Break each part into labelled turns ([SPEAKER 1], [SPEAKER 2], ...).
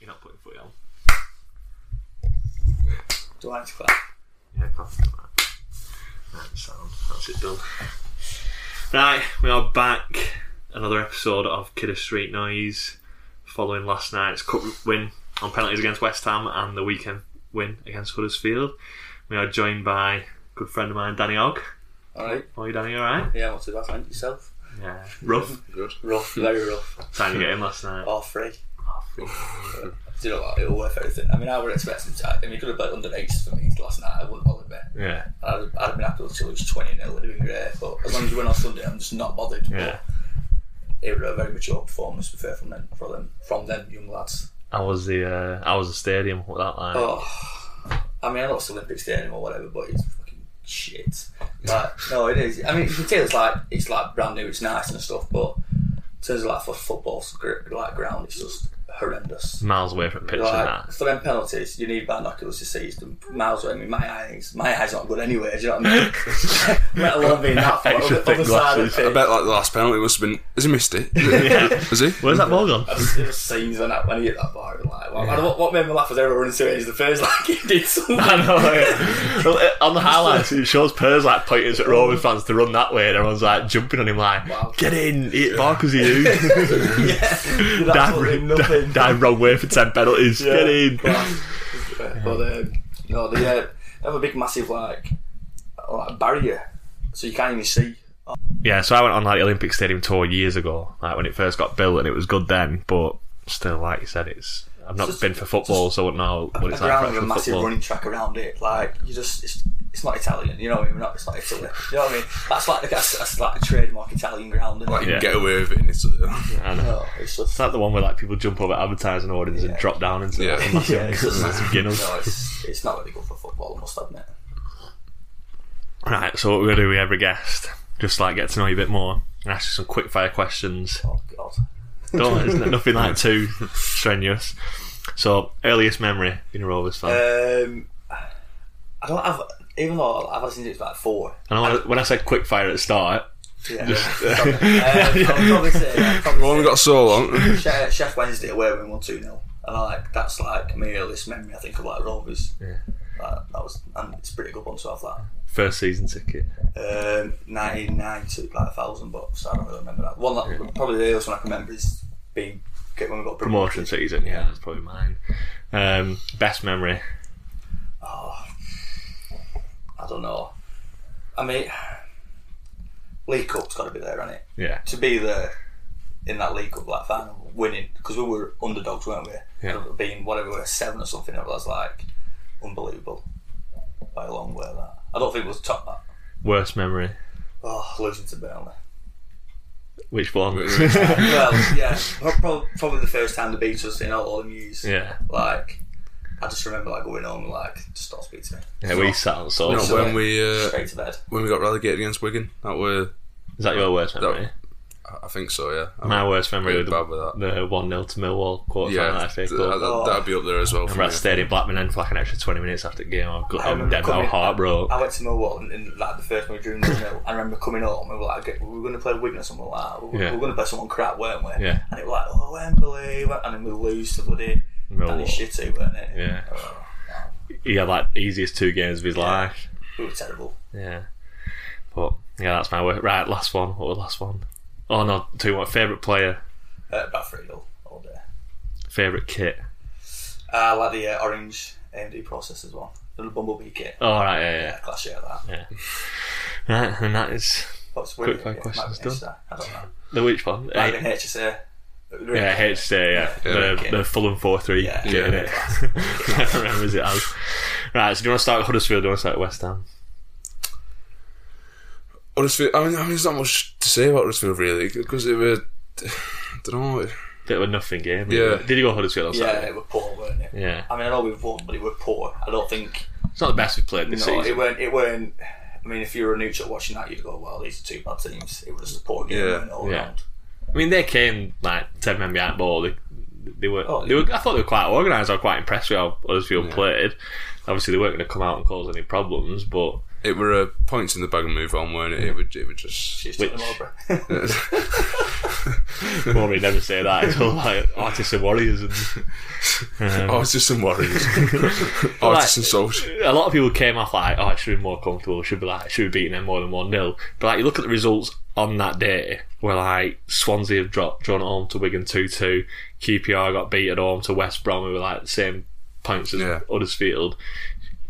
[SPEAKER 1] You're not putting footy on.
[SPEAKER 2] Do I have to clap?
[SPEAKER 1] Yeah, class. Right, Right, sound. That's it done. Right, we are back. Another episode of Kidder Street Noise following last night's cup win on penalties against West Ham and the weekend win against Huddersfield. We are joined by a good friend of mine, Danny Ogg.
[SPEAKER 2] All right.
[SPEAKER 1] How are you, Danny? You Alright?
[SPEAKER 2] Yeah, not too bad. Thank yourself.
[SPEAKER 1] Yeah. Rough.
[SPEAKER 3] Good.
[SPEAKER 2] Rough, very rough.
[SPEAKER 1] Time to get in last night.
[SPEAKER 2] All three. Do you know what? It'll worth everything. I mean, I were expecting to. I mean, you could have bet under eights for me last night. I wouldn't bother me.
[SPEAKER 1] Yeah.
[SPEAKER 2] I'd, I'd have been happy to lose 20 nil. It'd have been great. But as long as you win on Sunday, I'm just not bothered.
[SPEAKER 1] Yeah.
[SPEAKER 2] It was a very mature performance, to be fair, from them, from them, from them young lads.
[SPEAKER 1] I was the uh, I was the stadium with that line.
[SPEAKER 2] Oh, I mean, I know it's Olympic Stadium or whatever, but it's fucking shit. Like, no, it is. I mean, you can tell it's like it's like brand new, it's nice and stuff, but in terms of like for football gr- like ground, it's just horrendous.
[SPEAKER 1] Miles away from pitch and
[SPEAKER 2] Like,
[SPEAKER 1] that.
[SPEAKER 2] for them penalties, you need binoculars to see them miles away. I mean, my eyes, my eyes aren't good anyway. Do you know what I mean? Let alone being that far,
[SPEAKER 1] Extra
[SPEAKER 2] other, other
[SPEAKER 1] thick
[SPEAKER 2] side of
[SPEAKER 1] glasses.
[SPEAKER 2] the
[SPEAKER 3] I
[SPEAKER 2] pitch.
[SPEAKER 3] bet like the last penalty must have been. Has he missed it? Has he?
[SPEAKER 1] Where's that ball gone?
[SPEAKER 2] I just- It was scenes when I, when I hit that bar. Like, what, what- what made me laugh was everyone running through it. It's the first like he did something.
[SPEAKER 1] I know. yeah. Well, it- on the highlights, it shows Pers like pointing at Roman fans to run that way, and everyone's like jumping on him, like,
[SPEAKER 2] Wow.
[SPEAKER 1] "Get in, eat Barker's you, dive,
[SPEAKER 2] Did absolutely nothing.
[SPEAKER 1] dive, dive wrong way for ten penalties,
[SPEAKER 2] Yeah,
[SPEAKER 1] get in."
[SPEAKER 2] class. but um, no, they, uh, they have a big, massive like, like barrier, so you can't even see.
[SPEAKER 1] Yeah, so I went on like the Olympic Stadium tour years ago, like when it first got built, and it was good then, but still, like you said, it's I've not
[SPEAKER 2] Just-
[SPEAKER 1] been for football, so I wouldn't know what
[SPEAKER 2] A
[SPEAKER 1] it's
[SPEAKER 2] ground
[SPEAKER 1] like
[SPEAKER 2] with
[SPEAKER 1] for
[SPEAKER 2] a massive
[SPEAKER 1] football.
[SPEAKER 2] running track around it, like you just it's, it's not Italian, you know what I mean? We're Not, it's not Italy, you know what I mean? That's like the that's, that's like a trademark Italian ground. Isn't
[SPEAKER 3] Like,
[SPEAKER 2] it?
[SPEAKER 3] you
[SPEAKER 1] Yeah.
[SPEAKER 3] can get away with it in Italy.
[SPEAKER 1] I know.
[SPEAKER 2] No, it's just
[SPEAKER 1] It's like the one where like people jump over advertising audience and drop down into
[SPEAKER 3] Yeah.
[SPEAKER 1] like, a massive,
[SPEAKER 2] yeah, it's just
[SPEAKER 1] massive Guinness.
[SPEAKER 2] No, it's, it's not really good for football. I must admit.
[SPEAKER 1] Right, so what we're going to do with every guest, just like get to know you a bit more and ask you some quick fire questions.
[SPEAKER 2] Oh god.
[SPEAKER 1] Don't, it's n- nothing like too strenuous. So, earliest memory in a Rovers fan.
[SPEAKER 3] Uh,
[SPEAKER 2] Um, I don't have even though I've had since it was like four.
[SPEAKER 1] and I, when I said quick fire at the start,
[SPEAKER 2] Yeah. um, I'll probably say. I'll probably
[SPEAKER 3] We've only got so long.
[SPEAKER 2] Chef, Chef Wednesday away when we won 2 0. And I like that's like my earliest memory, I think, of like Rovers. Yeah. that was, and it's a pretty good one to have that.
[SPEAKER 1] first season ticket.
[SPEAKER 2] Um, 1990, like a thousand bucks, I don't really remember that. One that, Probably the earliest one I can remember is being get when we got
[SPEAKER 1] Promotion season, yeah, that's probably mine. Um, best memory.
[SPEAKER 2] I don't know. I mean, League Cup's got to be there, hasn't it?
[SPEAKER 1] Yeah.
[SPEAKER 2] To be there in that League Cup, like final, winning, because we were underdogs, weren't we?
[SPEAKER 1] Yeah.
[SPEAKER 2] Being whatever, we were seven or something, it was like unbelievable by a long way. That I don't think it was top that.
[SPEAKER 1] Worst memory.
[SPEAKER 2] Oh, losing to Burnley.
[SPEAKER 1] Which one?
[SPEAKER 2] Well, yeah, probably, probably the first time they beat us in all, all the news.
[SPEAKER 1] yeah.
[SPEAKER 2] Like, I just remember like going home, like just don't speak to me.
[SPEAKER 1] Yeah, we sat on so.
[SPEAKER 3] No, when we uh,
[SPEAKER 2] Straight to bed.
[SPEAKER 3] when we got relegated against Wigan, that were
[SPEAKER 1] Is that your worst memory?
[SPEAKER 3] I I think so. Yeah. I'm
[SPEAKER 1] My worst memory
[SPEAKER 3] really
[SPEAKER 1] was
[SPEAKER 3] bad with that.
[SPEAKER 1] the, the 1 0 to Millwall quarter final.
[SPEAKER 3] Yeah,
[SPEAKER 1] I think.
[SPEAKER 3] th- that, that'd be up there as well. For
[SPEAKER 1] I
[SPEAKER 3] me.
[SPEAKER 1] remember I stayed in Blackman End for like an extra 20 minutes after the game. I've got,
[SPEAKER 2] I
[SPEAKER 1] I'm
[SPEAKER 2] remember
[SPEAKER 1] dead, my
[SPEAKER 2] coming-
[SPEAKER 1] heart broke.
[SPEAKER 2] I went to Millwall and, and like the first one we drew in Millwall. I remember coming home and we were like, we were going to play Wigan or something like that. We were,
[SPEAKER 1] Yeah.
[SPEAKER 2] going to play someone crap, weren't we?
[SPEAKER 1] Yeah.
[SPEAKER 2] And it was like, oh, Wembley, and then we lose to bloody Danny
[SPEAKER 1] Millwall.
[SPEAKER 2] Shitty, weren't it?
[SPEAKER 1] Yeah.
[SPEAKER 2] Oh,
[SPEAKER 1] He had like easiest two games of his life.
[SPEAKER 2] we were terrible.
[SPEAKER 1] Yeah. But yeah, that's my work. Right, last one. What was the last one? Oh no, two one. Favourite player,
[SPEAKER 2] Uh, about three nil all day.
[SPEAKER 1] favourite kit.
[SPEAKER 2] I like the uh, orange AMD process as well. The little bumblebee kit.
[SPEAKER 1] Oh, right, yeah, yeah.
[SPEAKER 2] Class share that.
[SPEAKER 1] Right, and that is
[SPEAKER 2] What's
[SPEAKER 1] Quick
[SPEAKER 2] weird,
[SPEAKER 1] fire
[SPEAKER 2] yeah,
[SPEAKER 1] questions
[SPEAKER 2] might be
[SPEAKER 1] done.
[SPEAKER 2] HSA, I don't know.
[SPEAKER 1] the which one?
[SPEAKER 2] Might
[SPEAKER 1] Eight.
[SPEAKER 2] be HSA.
[SPEAKER 1] Yeah, HJ, yeah. The,
[SPEAKER 3] Yeah.
[SPEAKER 1] the Fulham 4 3
[SPEAKER 2] Yeah.
[SPEAKER 1] kit in it. I remember it as. Right, so do you want to start with Huddersfield or do you want to start with West Ham?
[SPEAKER 3] Huddersfield. I mean, I mean, there's not much to say about Huddersfield really because it were. I don't know.
[SPEAKER 1] Bit of a nothing game.
[SPEAKER 3] Yeah.
[SPEAKER 1] Did you go Huddersfield on
[SPEAKER 2] Yeah,
[SPEAKER 1] Saturday?
[SPEAKER 2] it were poor, weren't it?
[SPEAKER 1] Yeah.
[SPEAKER 2] I mean, I know we've won, but it were poor. I don't think.
[SPEAKER 1] It's not the best we've played this
[SPEAKER 2] No,
[SPEAKER 1] season.
[SPEAKER 2] it weren't. It weren't. I mean, if you were a neutral watching that, you'd go, "Well, these are two bad teams." It was a poor game
[SPEAKER 3] Yeah.
[SPEAKER 2] weren't it, all
[SPEAKER 1] Yeah.
[SPEAKER 2] round.
[SPEAKER 1] I mean, they came like ten men behind ball. They, they were,
[SPEAKER 2] Oh,
[SPEAKER 1] they were. I thought they were quite organised. I was quite impressed with how Huddersfield played. Obviously, they weren't going to come out and cause any problems, but
[SPEAKER 3] It were uh, points in the bag and move on, weren't it? It would. It would just.
[SPEAKER 2] Just
[SPEAKER 1] Which-
[SPEAKER 2] took them over.
[SPEAKER 1] Rory never say that. It's all like artists and warriors, and
[SPEAKER 3] Oh, it's just some worries. oh, it's just some salt.
[SPEAKER 1] a lot of people came off like, "Oh, it should be more comfortable. It Should be like, it should be beating them more than one 0 But like, you look at the results on that day, where like Swansea have dropped, drawn at home to Wigan two two, QPR got beat at home to West Brom, who were like the same points as
[SPEAKER 3] Yeah.
[SPEAKER 1] Huddersfield.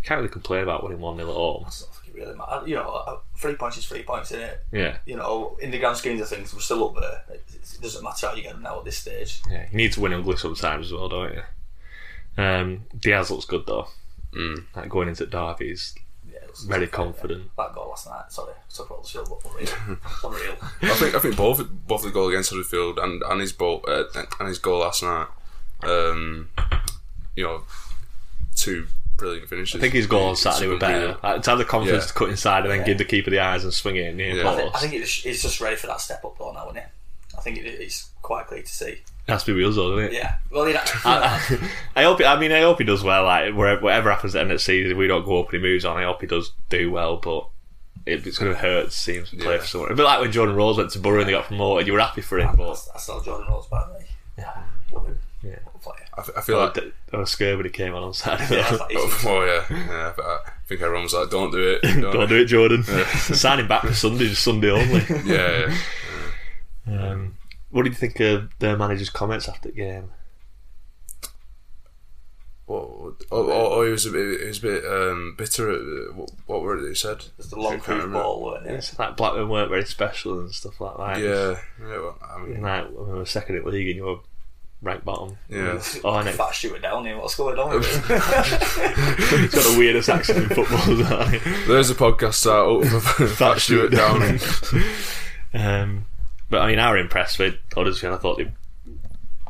[SPEAKER 1] Can't really complain about winning one 0 at home.
[SPEAKER 2] It's not fucking really matter. You know, uh, three points is three points, isn't it?
[SPEAKER 1] Yeah.
[SPEAKER 2] You know, in the grand schemes of things, we're still up there. It, it doesn't matter how you get them now at this stage.
[SPEAKER 1] Yeah, you need to win ugly sometimes as well, don't you? Um, Diaz looks good though. Mm. Like going into derbies,
[SPEAKER 2] Yeah, it was-
[SPEAKER 1] very confident.
[SPEAKER 2] That goal last night. Sorry, took all the shield, but unreal, unreal.
[SPEAKER 3] I think. I think both both the goal against Huddersfield and and his ball uh, and his goal last night. Um, you know, two brilliant finishes.
[SPEAKER 1] I think his goal on Saturday were better. Like, to have the confidence
[SPEAKER 3] Yeah.
[SPEAKER 1] to cut inside and then give the keeper the eyes and swing it near
[SPEAKER 3] Yeah.
[SPEAKER 1] post.
[SPEAKER 3] I
[SPEAKER 2] I think it just, it's just ready for that step up though now, isn't it? I think it, it's quite clear to see.
[SPEAKER 1] it has to be us, though, doesn't it?
[SPEAKER 2] Yeah. Well, he'd actually,
[SPEAKER 1] I hope. It, I mean, I hope he does well. Like wherever, whatever happens at the end of the season, if we don't go up and he moves on. I hope he does do well, but. It, it's going to hurt, seems, to play
[SPEAKER 3] Yeah.
[SPEAKER 1] for someone. A bit like when Jordan Rose went to Borough and they got promoted, you were happy for him, but
[SPEAKER 2] I still Jordan Rose, by the way.
[SPEAKER 1] Yeah.
[SPEAKER 2] Love him.
[SPEAKER 1] Yeah.
[SPEAKER 2] What a player.
[SPEAKER 3] I, f- I feel like.
[SPEAKER 1] I was scared when he came on on Saturday.
[SPEAKER 2] Yeah, I
[SPEAKER 1] though.
[SPEAKER 2] was like, he's-
[SPEAKER 3] Oh yeah, yeah. But I think everyone was like, "Don't do it, don't,
[SPEAKER 1] Don't do it, Jordan. Signing back for Sunday, just Sunday only.
[SPEAKER 3] Yeah, yeah.
[SPEAKER 1] Um, what did you think of the manager's comments after the game?
[SPEAKER 3] What, what, oh, oh, oh, he was a bit, he was a bit um, bitter. At, uh, what, what were it that he said?
[SPEAKER 2] It was the long
[SPEAKER 3] I can't
[SPEAKER 2] curve
[SPEAKER 3] remember.
[SPEAKER 2] ball, weren't it?
[SPEAKER 1] It's like Blackburn weren't very special and stuff like that.
[SPEAKER 3] Yeah, yeah. Well, I mean,
[SPEAKER 1] Like when we were second at league and you were right bottom.
[SPEAKER 3] yeah.
[SPEAKER 1] Oh, no.
[SPEAKER 2] Fat shooter down here. What's going on? with it?
[SPEAKER 1] It's got the weirdest accent in football. isn't it?
[SPEAKER 3] There's a podcast title for Fat Stuart Downing.
[SPEAKER 1] um, but I mean, I were impressed with Huddersfield. I thought they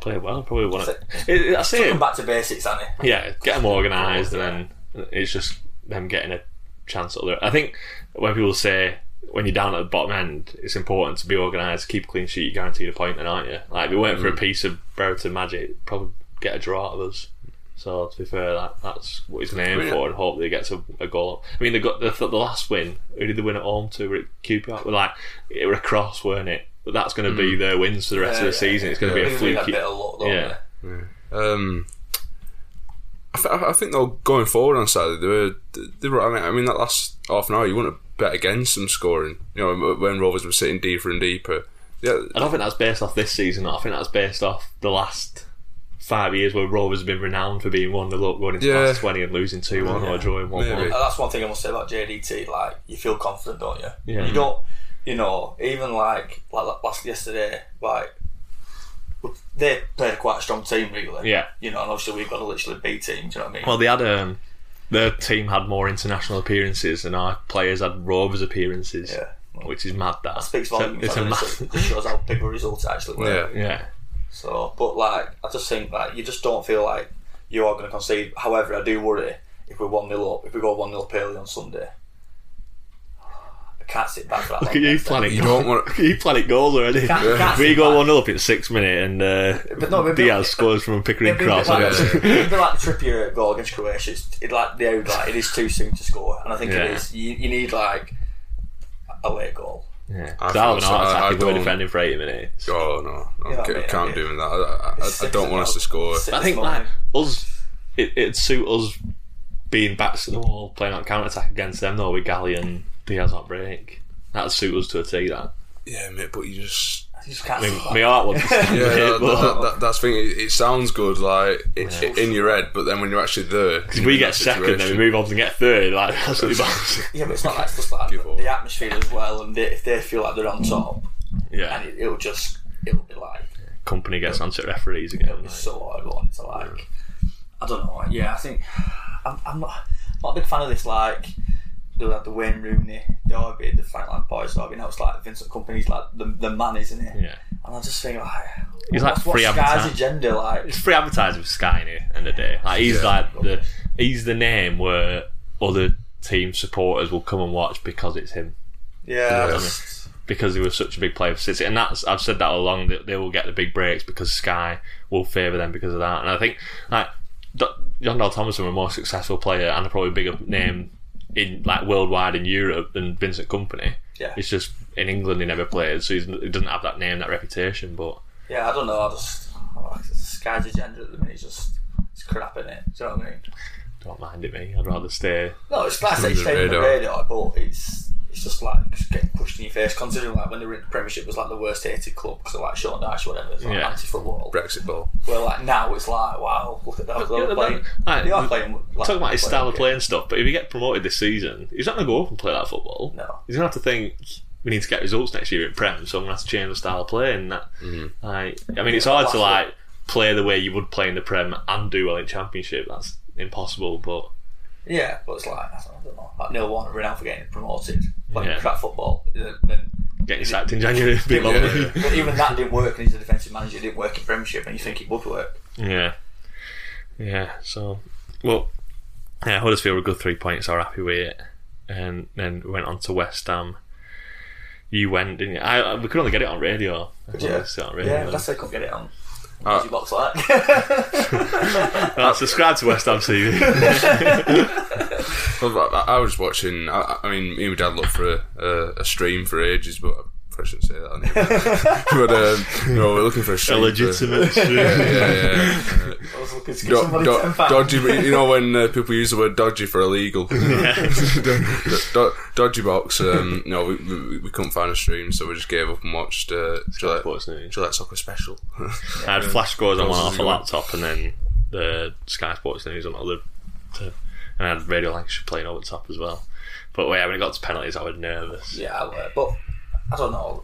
[SPEAKER 1] played well. Probably won it. it I say it,
[SPEAKER 2] Come back to basics, Annie.
[SPEAKER 1] yeah, get them organised, and then it's just them getting a chance at other. I think when people say when you're down at the bottom end, it's important to be organised, keep a clean sheet, you're guaranteed a point, then aren't you? Like if it weren't for
[SPEAKER 3] Mm.
[SPEAKER 1] a piece of Brereton magic, it'd probably get a draw out of us. So to be fair, that, that's what he's aiming
[SPEAKER 3] Yeah.
[SPEAKER 1] for, and hope that he gets a, a goal. I mean, they got the, the last win. Who did they win at home to? Were it QPR? Were like it were a cross, weren't it? But that's going to be their wins for the rest
[SPEAKER 2] Yeah,
[SPEAKER 1] of
[SPEAKER 2] yeah,
[SPEAKER 1] the season. It's going to
[SPEAKER 3] Mm. yeah.
[SPEAKER 1] be a
[SPEAKER 2] We've been a
[SPEAKER 1] fluky.
[SPEAKER 2] bit of luck, though.
[SPEAKER 1] Yeah.
[SPEAKER 2] haven't
[SPEAKER 3] Um, I, th- I think though going forward on Saturday, they were, they were. I mean, I mean that last half an hour, you wouldn't have bet against them scoring. You know, when Rovers were sitting deeper and deeper. Yeah,
[SPEAKER 1] I don't think that's based off this season. I think that's based off the last five years where Rovers have been renowned for being one the look going into
[SPEAKER 3] Yeah.
[SPEAKER 1] last twenty and losing two
[SPEAKER 2] Oh,
[SPEAKER 1] one or drawing one
[SPEAKER 3] Maybe.
[SPEAKER 1] one.
[SPEAKER 2] And that's one thing I must say about JDT. Like, you feel confident, don't you?
[SPEAKER 1] Yeah.
[SPEAKER 2] You don't. You know, even like like la- last yesterday, like they played quite a strong team, really.
[SPEAKER 1] Yeah.
[SPEAKER 2] You know, and obviously we've got a literally B team. Do you know what I mean?
[SPEAKER 1] Well, they had um, their team had more international appearances and our players had Rovers appearances,
[SPEAKER 2] Yeah.
[SPEAKER 1] which is mad. That
[SPEAKER 2] speaks
[SPEAKER 1] It's a-
[SPEAKER 2] volumes.
[SPEAKER 1] It's a,
[SPEAKER 2] doesn't it? So
[SPEAKER 1] mad.
[SPEAKER 2] it just shows how big the results actually were.
[SPEAKER 3] yeah.
[SPEAKER 1] Yeah,
[SPEAKER 2] So, but like, I just think like you just don't feel like you are going to concede. However, I do worry if we're one 0 up, if we go one 0 up early on Sunday. I can't sit back for that.
[SPEAKER 1] look
[SPEAKER 2] long
[SPEAKER 1] at you
[SPEAKER 2] next time.
[SPEAKER 1] planning.
[SPEAKER 3] You don't want-
[SPEAKER 1] you planning goals already.
[SPEAKER 2] Can't- can't
[SPEAKER 1] we
[SPEAKER 2] sit
[SPEAKER 1] go
[SPEAKER 2] back.
[SPEAKER 1] one 0 up in six minute and uh,
[SPEAKER 2] But no, maybe-
[SPEAKER 1] Diaz scores from a Pickering
[SPEAKER 2] It'd be like,
[SPEAKER 1] cross.
[SPEAKER 3] Yeah.
[SPEAKER 2] it'd be like the Trippier goal against Croatia. It's, it like the old, like it is too soon to score, and I think
[SPEAKER 1] Yeah.
[SPEAKER 2] it is. You, you need like a late goal.
[SPEAKER 1] Yeah,
[SPEAKER 3] I
[SPEAKER 1] Darwin
[SPEAKER 3] thought so.
[SPEAKER 1] Hart's
[SPEAKER 3] I- I
[SPEAKER 1] happy we were
[SPEAKER 3] don't-
[SPEAKER 1] defending for eighty minutes.
[SPEAKER 3] Oh no, no
[SPEAKER 2] Yeah,
[SPEAKER 3] ca-
[SPEAKER 2] mate,
[SPEAKER 3] can't
[SPEAKER 2] yeah.
[SPEAKER 3] do that. I, I, I, I don't want us to score.
[SPEAKER 2] Six
[SPEAKER 1] I think like
[SPEAKER 2] months.
[SPEAKER 1] us, it, it'd suit us being backs to the wall, playing on counter attack against them though with Gally and Diaz on break. That'd suit us to a T. That
[SPEAKER 3] Yeah, mate, but you just
[SPEAKER 2] you just can't.
[SPEAKER 1] I mean,
[SPEAKER 2] sit back.
[SPEAKER 1] my heart wants to
[SPEAKER 3] yeah,
[SPEAKER 1] yeah,
[SPEAKER 3] that,
[SPEAKER 1] but
[SPEAKER 3] that, that, that's the thing. It, it sounds good, like it, it- in your head, but then when you're actually there,
[SPEAKER 1] if we get second, then we move on to get third. Like that's what we bounce.
[SPEAKER 2] yeah, but it's not like it's just like
[SPEAKER 3] Give
[SPEAKER 2] the,
[SPEAKER 3] up.
[SPEAKER 2] the atmosphere as well, and they, if they feel like they're on top,
[SPEAKER 1] Yeah,
[SPEAKER 2] and it, it'll just it'll be like
[SPEAKER 1] company gets onto referees again.
[SPEAKER 2] It's so hard one to like. I don't know. Yeah, I think I'm, I'm not, not a big fan of this. Like the like the Wayne Rooney derby, the Frankland Boys derby. Now it's like Vincent Company's like the, the man, isn't it?
[SPEAKER 1] Yeah.
[SPEAKER 2] And I just think like,
[SPEAKER 1] He's like
[SPEAKER 2] what's, what's
[SPEAKER 1] free
[SPEAKER 2] Sky's
[SPEAKER 1] advertising.
[SPEAKER 2] agenda? Like,
[SPEAKER 1] it's free advertising for Sky now, end of the day. Like he's
[SPEAKER 3] Yeah.
[SPEAKER 1] like the he's the name where other team supporters will come and watch because it's him.
[SPEAKER 2] yeah,
[SPEAKER 3] Yeah.
[SPEAKER 2] just-
[SPEAKER 1] Because he was such a big player for City, and that's I've said that all along that they will get the big breaks because Sky will favour them because of that. And I think like D- John Dal Thomason were a more successful player and a probably bigger name in like worldwide in Europe than Vincent Company.
[SPEAKER 2] Yeah.
[SPEAKER 1] it's just in England he never played, so he's, he doesn't have that name, that reputation. But
[SPEAKER 2] yeah. I don't know. I just like, Sky's agenda at the minute is just it's crap in it. Do you know what I mean?
[SPEAKER 1] don't mind it, me. I'd rather stay
[SPEAKER 2] No, it's like I say,
[SPEAKER 3] Under the
[SPEAKER 2] staying on the
[SPEAKER 3] radar.
[SPEAKER 2] radar, but it's it's just like it's getting pushed in your face. Considering like when they were in the Premiership it was like the worst hated club because of like Sean Dyche, or whatever, it's like
[SPEAKER 1] Yeah.
[SPEAKER 2] anti football.
[SPEAKER 3] Brexit ball.
[SPEAKER 2] Well, like now it's like wow, look at that.
[SPEAKER 1] Yeah,
[SPEAKER 2] They're
[SPEAKER 1] but-
[SPEAKER 2] playing.
[SPEAKER 1] like,
[SPEAKER 2] They are playing. Like,
[SPEAKER 1] talking about his style of
[SPEAKER 2] okay.
[SPEAKER 1] playing stuff, but if he get promoted this season, he's not going to go up and play that football.
[SPEAKER 2] No.
[SPEAKER 1] he's going to have to think we need to get results next year at Prem, so I'm going to have to change the style of play. And that,
[SPEAKER 2] Mm-hmm.
[SPEAKER 1] like, I mean, it's
[SPEAKER 2] Yeah,
[SPEAKER 1] hard to
[SPEAKER 2] that's
[SPEAKER 1] like play the way you would play in the Prem and do well in Championship. That's impossible. But
[SPEAKER 2] Yeah, but it's like I don't know. Like Neil Warner renowned for getting promoted, playing
[SPEAKER 1] Yeah.
[SPEAKER 2] crap football. uh, Then,
[SPEAKER 1] getting sacked in January, would be lovely.
[SPEAKER 2] but even that didn't work, and he's a defensive manager. It didn't work in Premiership, and you think it would work?
[SPEAKER 1] Yeah. Yeah, so well yeah, Huddersfield were good three points, I were happy with it. And then we went on to West Ham. You went, didn't you? I, I- we could only get it on radio. I could only
[SPEAKER 2] Yeah,
[SPEAKER 1] see it on radio.
[SPEAKER 2] yeah. That's why I couldn't get it on.
[SPEAKER 3] Ah.
[SPEAKER 1] Uh,
[SPEAKER 2] As you box like.
[SPEAKER 1] Well, subscribe to West Ham TV.
[SPEAKER 3] Well, I, I- I was watching. I, I mean, me and my dad looked for a, a, a stream for ages, but I probably shouldn't say that. on here. but um, no, we're looking for a
[SPEAKER 1] a
[SPEAKER 3] stream. for-
[SPEAKER 1] legitimate
[SPEAKER 3] Yeah,
[SPEAKER 1] stream.
[SPEAKER 3] yeah, yeah.
[SPEAKER 2] I was looking to give
[SPEAKER 3] Do-
[SPEAKER 2] somebody
[SPEAKER 3] do-
[SPEAKER 2] ten pounds.
[SPEAKER 3] dodgy, you know when uh, people use the word dodgy for illegal. Do- do- dodgy box. Um, no, we, we, we couldn't find a stream, so we just gave up and watched uh, Gillette,
[SPEAKER 1] Sports News.
[SPEAKER 3] Gillette Soccer Special.
[SPEAKER 1] I had flash scores on
[SPEAKER 3] Those
[SPEAKER 1] one
[SPEAKER 3] is
[SPEAKER 1] off a
[SPEAKER 3] good.
[SPEAKER 1] laptop and then the Sky Sports News on other two. And I had Radio Lancashire playing over the top as well. But yeah, when it got to penalties I was nervous.
[SPEAKER 2] Yeah, I were, but I don't know.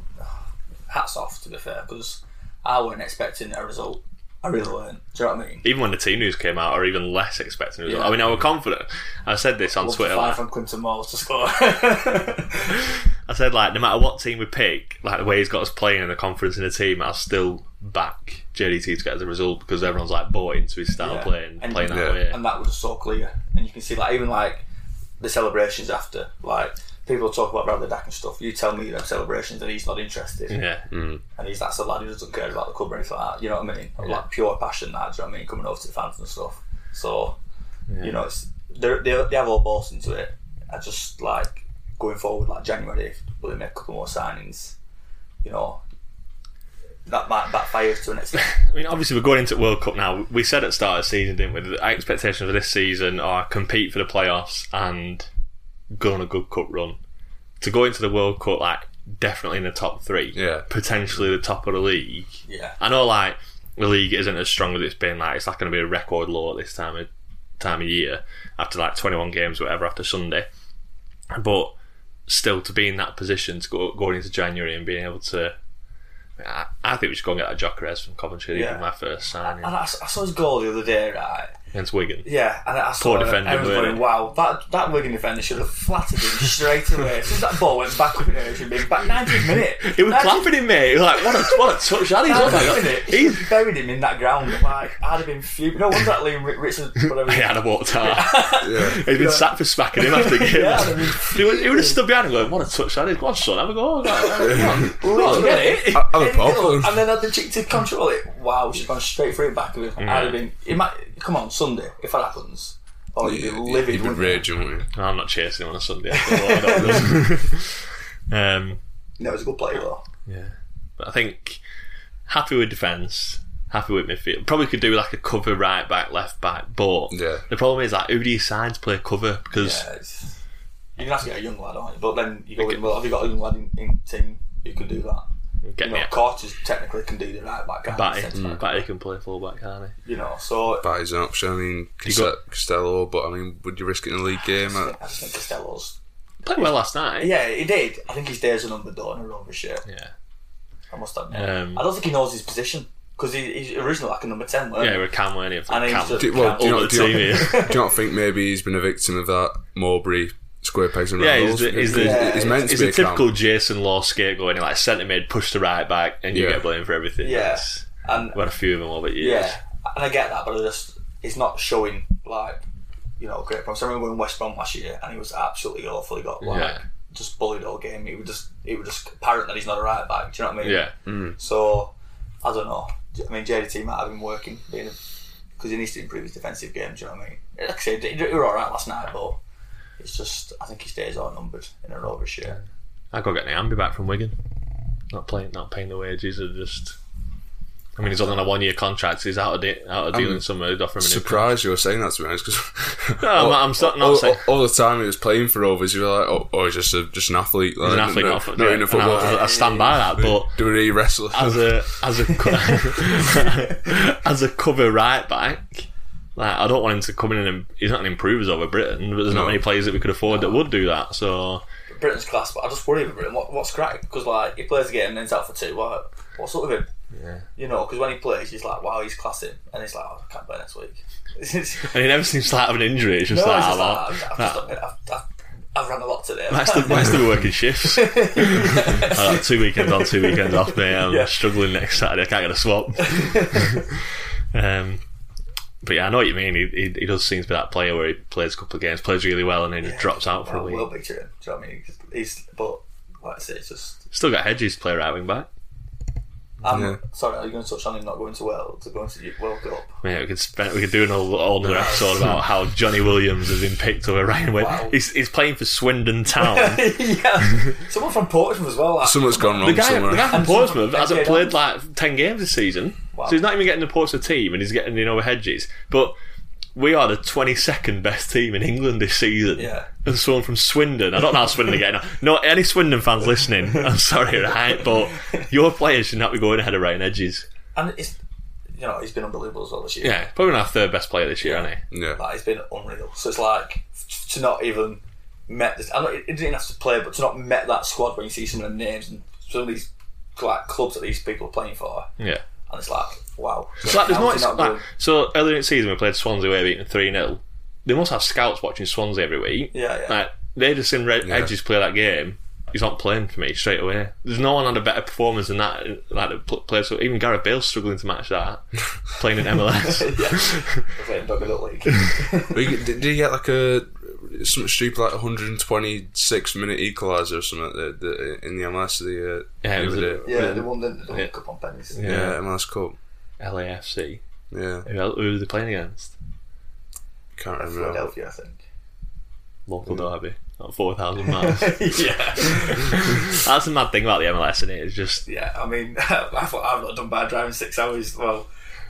[SPEAKER 2] Hats off to be fair, because I weren't expecting a result. I really weren't. Do you know what I mean?
[SPEAKER 1] even when the team news came out, or even less expecting the result.
[SPEAKER 2] Yeah.
[SPEAKER 1] I mean, I was confident. I said this on
[SPEAKER 2] Love
[SPEAKER 1] Twitter.
[SPEAKER 2] five
[SPEAKER 1] Like,
[SPEAKER 2] from Clinton Moore to score.
[SPEAKER 1] I said like, no matter what team we pick, like the way he's got us playing in the conference in the team, I'll still back JDT to get the result because everyone's like bought into his style of
[SPEAKER 2] Yeah.
[SPEAKER 1] playing,
[SPEAKER 2] And-
[SPEAKER 1] playing that
[SPEAKER 3] Yeah.
[SPEAKER 1] way.
[SPEAKER 2] and that was so clear. And you can see, like, even like the celebrations after, like people talk about Bradley Dack and stuff. You tell me them celebrations, and he's not interested.
[SPEAKER 1] yeah,
[SPEAKER 3] Mm.
[SPEAKER 2] And he's that's a lad who doesn't care about the club or anything like that. You know what I mean? Like pure passion, that. Do you know what I mean? Coming over to the fans and stuff. So, you know, it's they're, they they have all balls into it. I just like going forward, like January, if they make a couple more signings, you know, that might backfire to an extent.
[SPEAKER 1] I mean, obviously we're going into World Cup now. We said at the start of the season, didn't we? That our expectations for this season are compete for the playoffs and go on a good cup run. To go into the World Cup, like definitely in the top three,
[SPEAKER 3] Yeah.
[SPEAKER 1] potentially the top of the league.
[SPEAKER 2] yeah.
[SPEAKER 1] I know like the league isn't as strong as it's been. Like it's not going to be a record low at this time of time of year after like 21 games, or whatever, after Sunday. But still, to be in that position, to go going into January and being able to, I, I think we should go and get that Jokeres from Coventry. Yeah.
[SPEAKER 2] Yeah.
[SPEAKER 1] my first signing
[SPEAKER 2] And I, I saw his goal the other day, right?
[SPEAKER 1] against Wigan.
[SPEAKER 2] Yeah, and I saw
[SPEAKER 1] Poor
[SPEAKER 2] it,
[SPEAKER 1] defender,
[SPEAKER 2] I was
[SPEAKER 1] weren't
[SPEAKER 2] going,
[SPEAKER 1] it?
[SPEAKER 2] wow, that, that Wigan defender should have flattered him straight away. As soon as that ball went back up in air, it should have been back 90 minutes.
[SPEAKER 1] It was clapping him, mate. It was Like what a what a touch that is!
[SPEAKER 2] That
[SPEAKER 1] Oh my
[SPEAKER 2] was
[SPEAKER 1] God.
[SPEAKER 2] it. He
[SPEAKER 1] He's
[SPEAKER 2] buried him in that ground. Like I'd have been fuming. No wonder that Liam Ri- Richards. Whatever.
[SPEAKER 1] he had a walked out.
[SPEAKER 3] yeah.
[SPEAKER 1] He's been sacked for smacking him after the game.
[SPEAKER 2] Yeah, I mean-
[SPEAKER 1] he, would, he would have stood behind and going, "What a touch that is! Go on, son, have a go. Go on, Come on, Come on, get it."
[SPEAKER 3] I, I'm a
[SPEAKER 2] And,
[SPEAKER 3] pop.
[SPEAKER 2] and then had the chick to control it. Wow, she's gone straight through the back of him. I'd have been. It might come on Sunday if that happens. Oh, you'd be livid.
[SPEAKER 3] You'd be
[SPEAKER 2] wouldn't
[SPEAKER 3] raging, wouldn't you?
[SPEAKER 1] No, I'm not chasing him on a Sunday. after all, I don't know. um,
[SPEAKER 2] you? No, it was a good play though.
[SPEAKER 1] yeah, but I think happy with defence, happy with midfield. Probably could do like a cover right back, left back. But
[SPEAKER 3] Yeah.
[SPEAKER 1] the problem is like who do you sign to play cover? Because
[SPEAKER 2] Yeah, it's, you're gonna have to get a young lad, aren't you? But then you go in. Well, have you got a young lad in, in team who can do that?
[SPEAKER 1] get
[SPEAKER 2] You
[SPEAKER 1] me
[SPEAKER 2] know,
[SPEAKER 1] a
[SPEAKER 2] Carter's technically can do the right back. can't he?
[SPEAKER 1] batty,
[SPEAKER 2] Centre-back,
[SPEAKER 1] batty can play full mm, back, can't
[SPEAKER 2] You know, so
[SPEAKER 3] That is an option. I mean, Costello, Costello, but I mean, would you risk it in a league game?
[SPEAKER 2] I
[SPEAKER 3] I,
[SPEAKER 2] just think Costello's.
[SPEAKER 1] he? Played well last night.
[SPEAKER 2] Yeah, he did. I think his days are numbered though, and a over shit.
[SPEAKER 1] Yeah.
[SPEAKER 2] I must admit.
[SPEAKER 1] Um,
[SPEAKER 2] I don't think he knows his position. because he, he's originally like a number ten, weren't
[SPEAKER 1] Yeah, with Cam, weren't he?
[SPEAKER 2] And he's
[SPEAKER 1] Cam.
[SPEAKER 2] just-
[SPEAKER 3] Do, well, do you,
[SPEAKER 1] All
[SPEAKER 3] not,
[SPEAKER 1] the
[SPEAKER 3] do, you
[SPEAKER 1] team
[SPEAKER 3] not,
[SPEAKER 1] here.
[SPEAKER 3] do you not think maybe he's been a victim of that Mowbray square pegs and
[SPEAKER 1] Yeah,
[SPEAKER 3] round
[SPEAKER 1] he's
[SPEAKER 3] holes?
[SPEAKER 1] the- he's the-
[SPEAKER 3] It's meant to
[SPEAKER 1] It's
[SPEAKER 3] be
[SPEAKER 1] a typical
[SPEAKER 3] Cam.
[SPEAKER 1] Jason Law scapegoating, like centre mid, push to right back, and you
[SPEAKER 3] Yeah.
[SPEAKER 1] get blamed for everything.
[SPEAKER 2] Yeah.
[SPEAKER 1] Yes.
[SPEAKER 2] And
[SPEAKER 1] We've had a few of them over the
[SPEAKER 2] yeah,
[SPEAKER 1] years.
[SPEAKER 2] and I get that, but I just it's not showing like you know great promise. I remember when West Brom last year, and he was absolutely awful. He got like
[SPEAKER 1] Yeah.
[SPEAKER 2] just bullied all game. It was just it was just apparent that he's not a right back. Do you know what I mean?
[SPEAKER 1] Yeah.
[SPEAKER 2] So I don't know. I mean, JDT might have been working being because he needs to improve his defensive game. Do you know what I mean? Like I said, he, he were all right last night, but it's just I think his days are numbered in a row this year.
[SPEAKER 1] I got getting Ambi back from Wigan. Not playing, not paying the wages, or just. I mean, he's on a one-year contract. He's out of de- out of dealing somewhere. They'd offer him a new
[SPEAKER 3] Surprised you were saying that to be honest, because
[SPEAKER 1] No, I'm- I'm so- not
[SPEAKER 3] all,
[SPEAKER 1] saying-
[SPEAKER 3] all, all the time he was playing for Rovers, you were like, oh, oh he's just a, just an athlete, like,
[SPEAKER 1] He's an athlete,
[SPEAKER 3] no,
[SPEAKER 1] not a foot-
[SPEAKER 3] not
[SPEAKER 1] yeah.
[SPEAKER 3] even a
[SPEAKER 1] And I- I, I
[SPEAKER 3] footballer,
[SPEAKER 1] stand by that, but
[SPEAKER 3] doing any wrestler.
[SPEAKER 1] as a as a co- as a cover right back, like I don't want him to come in and im- he's not an improvers over Britain, but there's not
[SPEAKER 3] No.
[SPEAKER 1] many players that we could afford that would do that. So
[SPEAKER 2] Britain's class, but I just worry about Britain. What, what's crack? Because like he plays a game and then he's out for two. What what's up with him? Yeah. You know, because when he plays, he's like, wow, he's classing, and he's like, oh, I can't play next week. It's- it's-
[SPEAKER 1] and he never seems to have an injury. It's
[SPEAKER 2] no,
[SPEAKER 1] just
[SPEAKER 2] it's
[SPEAKER 1] like, ah,
[SPEAKER 2] just like,
[SPEAKER 1] well,
[SPEAKER 2] I've, I've,
[SPEAKER 1] nah.
[SPEAKER 2] just, I've, I've, I've run a lot today.
[SPEAKER 1] I still, I still be working shifts. I got two weekends on, two weekends off, mate. I'm
[SPEAKER 2] Yeah.
[SPEAKER 1] struggling next Saturday. I can't get a swap. um, but yeah, I know what you mean. He, he, he does seem to be that player where he plays a couple of games, plays really well, and then he drops out for a
[SPEAKER 2] Well,
[SPEAKER 1] week.
[SPEAKER 2] we'll picture him. Do you know what I mean? He's, he's- but like I say, it's just.
[SPEAKER 1] Still got Hedges to play right wing back.
[SPEAKER 2] I'm
[SPEAKER 3] Yeah.
[SPEAKER 2] sorry. Are you going to touch on him not going to Wales? To going to the World Cup?
[SPEAKER 1] Yeah, we could spend, we could do another, another episode about how Johnny Williams has been picked over Ryan Wade.
[SPEAKER 2] Wow.
[SPEAKER 1] He's, he's playing for Swindon Town.
[SPEAKER 2] yeah. Someone from Portsmouth as well. Like,
[SPEAKER 3] Someone's gone wrong
[SPEAKER 1] The guy,
[SPEAKER 3] somewhere.
[SPEAKER 1] the guy from
[SPEAKER 2] And someone
[SPEAKER 1] Portsmouth
[SPEAKER 2] from
[SPEAKER 1] hasn't
[SPEAKER 2] England.
[SPEAKER 1] played like 10 games this season.
[SPEAKER 2] Wow.
[SPEAKER 1] So he's not even getting the Portsmouth team and he's getting in over Hedges. But we are the 22nd best team in England this season.
[SPEAKER 2] Yeah.
[SPEAKER 1] And someone from Swindon. I don't know how Swindon are getting on. No, any Swindon fans listening, I'm sorry, right? But your players should not be going ahead of Ryan Hedges.
[SPEAKER 2] and it's you know he's been unbelievable as well this year.
[SPEAKER 1] Yeah, probably our third best player this year, isn't he?
[SPEAKER 3] yeah,
[SPEAKER 2] Like he's been unreal. So it's like f- to not even met this. I know he didn't have to play, but to not met that squad when you see some of the names and some of these like clubs that these people are playing for,
[SPEAKER 1] Yeah.
[SPEAKER 2] and it's like wow.
[SPEAKER 1] So, like, there's
[SPEAKER 2] How's
[SPEAKER 1] not,
[SPEAKER 2] he not
[SPEAKER 1] like,
[SPEAKER 2] doing-
[SPEAKER 1] so earlier in the season we played Swansea away beating three 0 They must have scouts watching Swansea every week.
[SPEAKER 2] Yeah, yeah.
[SPEAKER 1] Like they just seen Red Edges play that game. He's not playing for me straight away. There's no one had a better performance than that. Like the pl- player, so even Gareth Bale's struggling to match that. playing in MLS,
[SPEAKER 2] We're playing Dog of the League.
[SPEAKER 3] But he- did, did he get like a something stupid like 126 minute equaliser or something the, the, in the MLS the, uh,
[SPEAKER 1] Yeah, it
[SPEAKER 3] the
[SPEAKER 1] was
[SPEAKER 3] other
[SPEAKER 1] a-
[SPEAKER 3] day?
[SPEAKER 2] yeah, the one that the cup on pennies.
[SPEAKER 3] yeah. MLS Cup.
[SPEAKER 1] LAFC.
[SPEAKER 3] Yeah,
[SPEAKER 1] Who, el- who were they playing against?
[SPEAKER 3] can't remember.
[SPEAKER 2] Philadelphia, I think.
[SPEAKER 1] Local derby. Not four thousand miles.
[SPEAKER 2] yeah.
[SPEAKER 1] That's the mad thing about the MLS, and it? It's just
[SPEAKER 2] Yeah, I mean, I thought I've not done bad driving six hours. Well,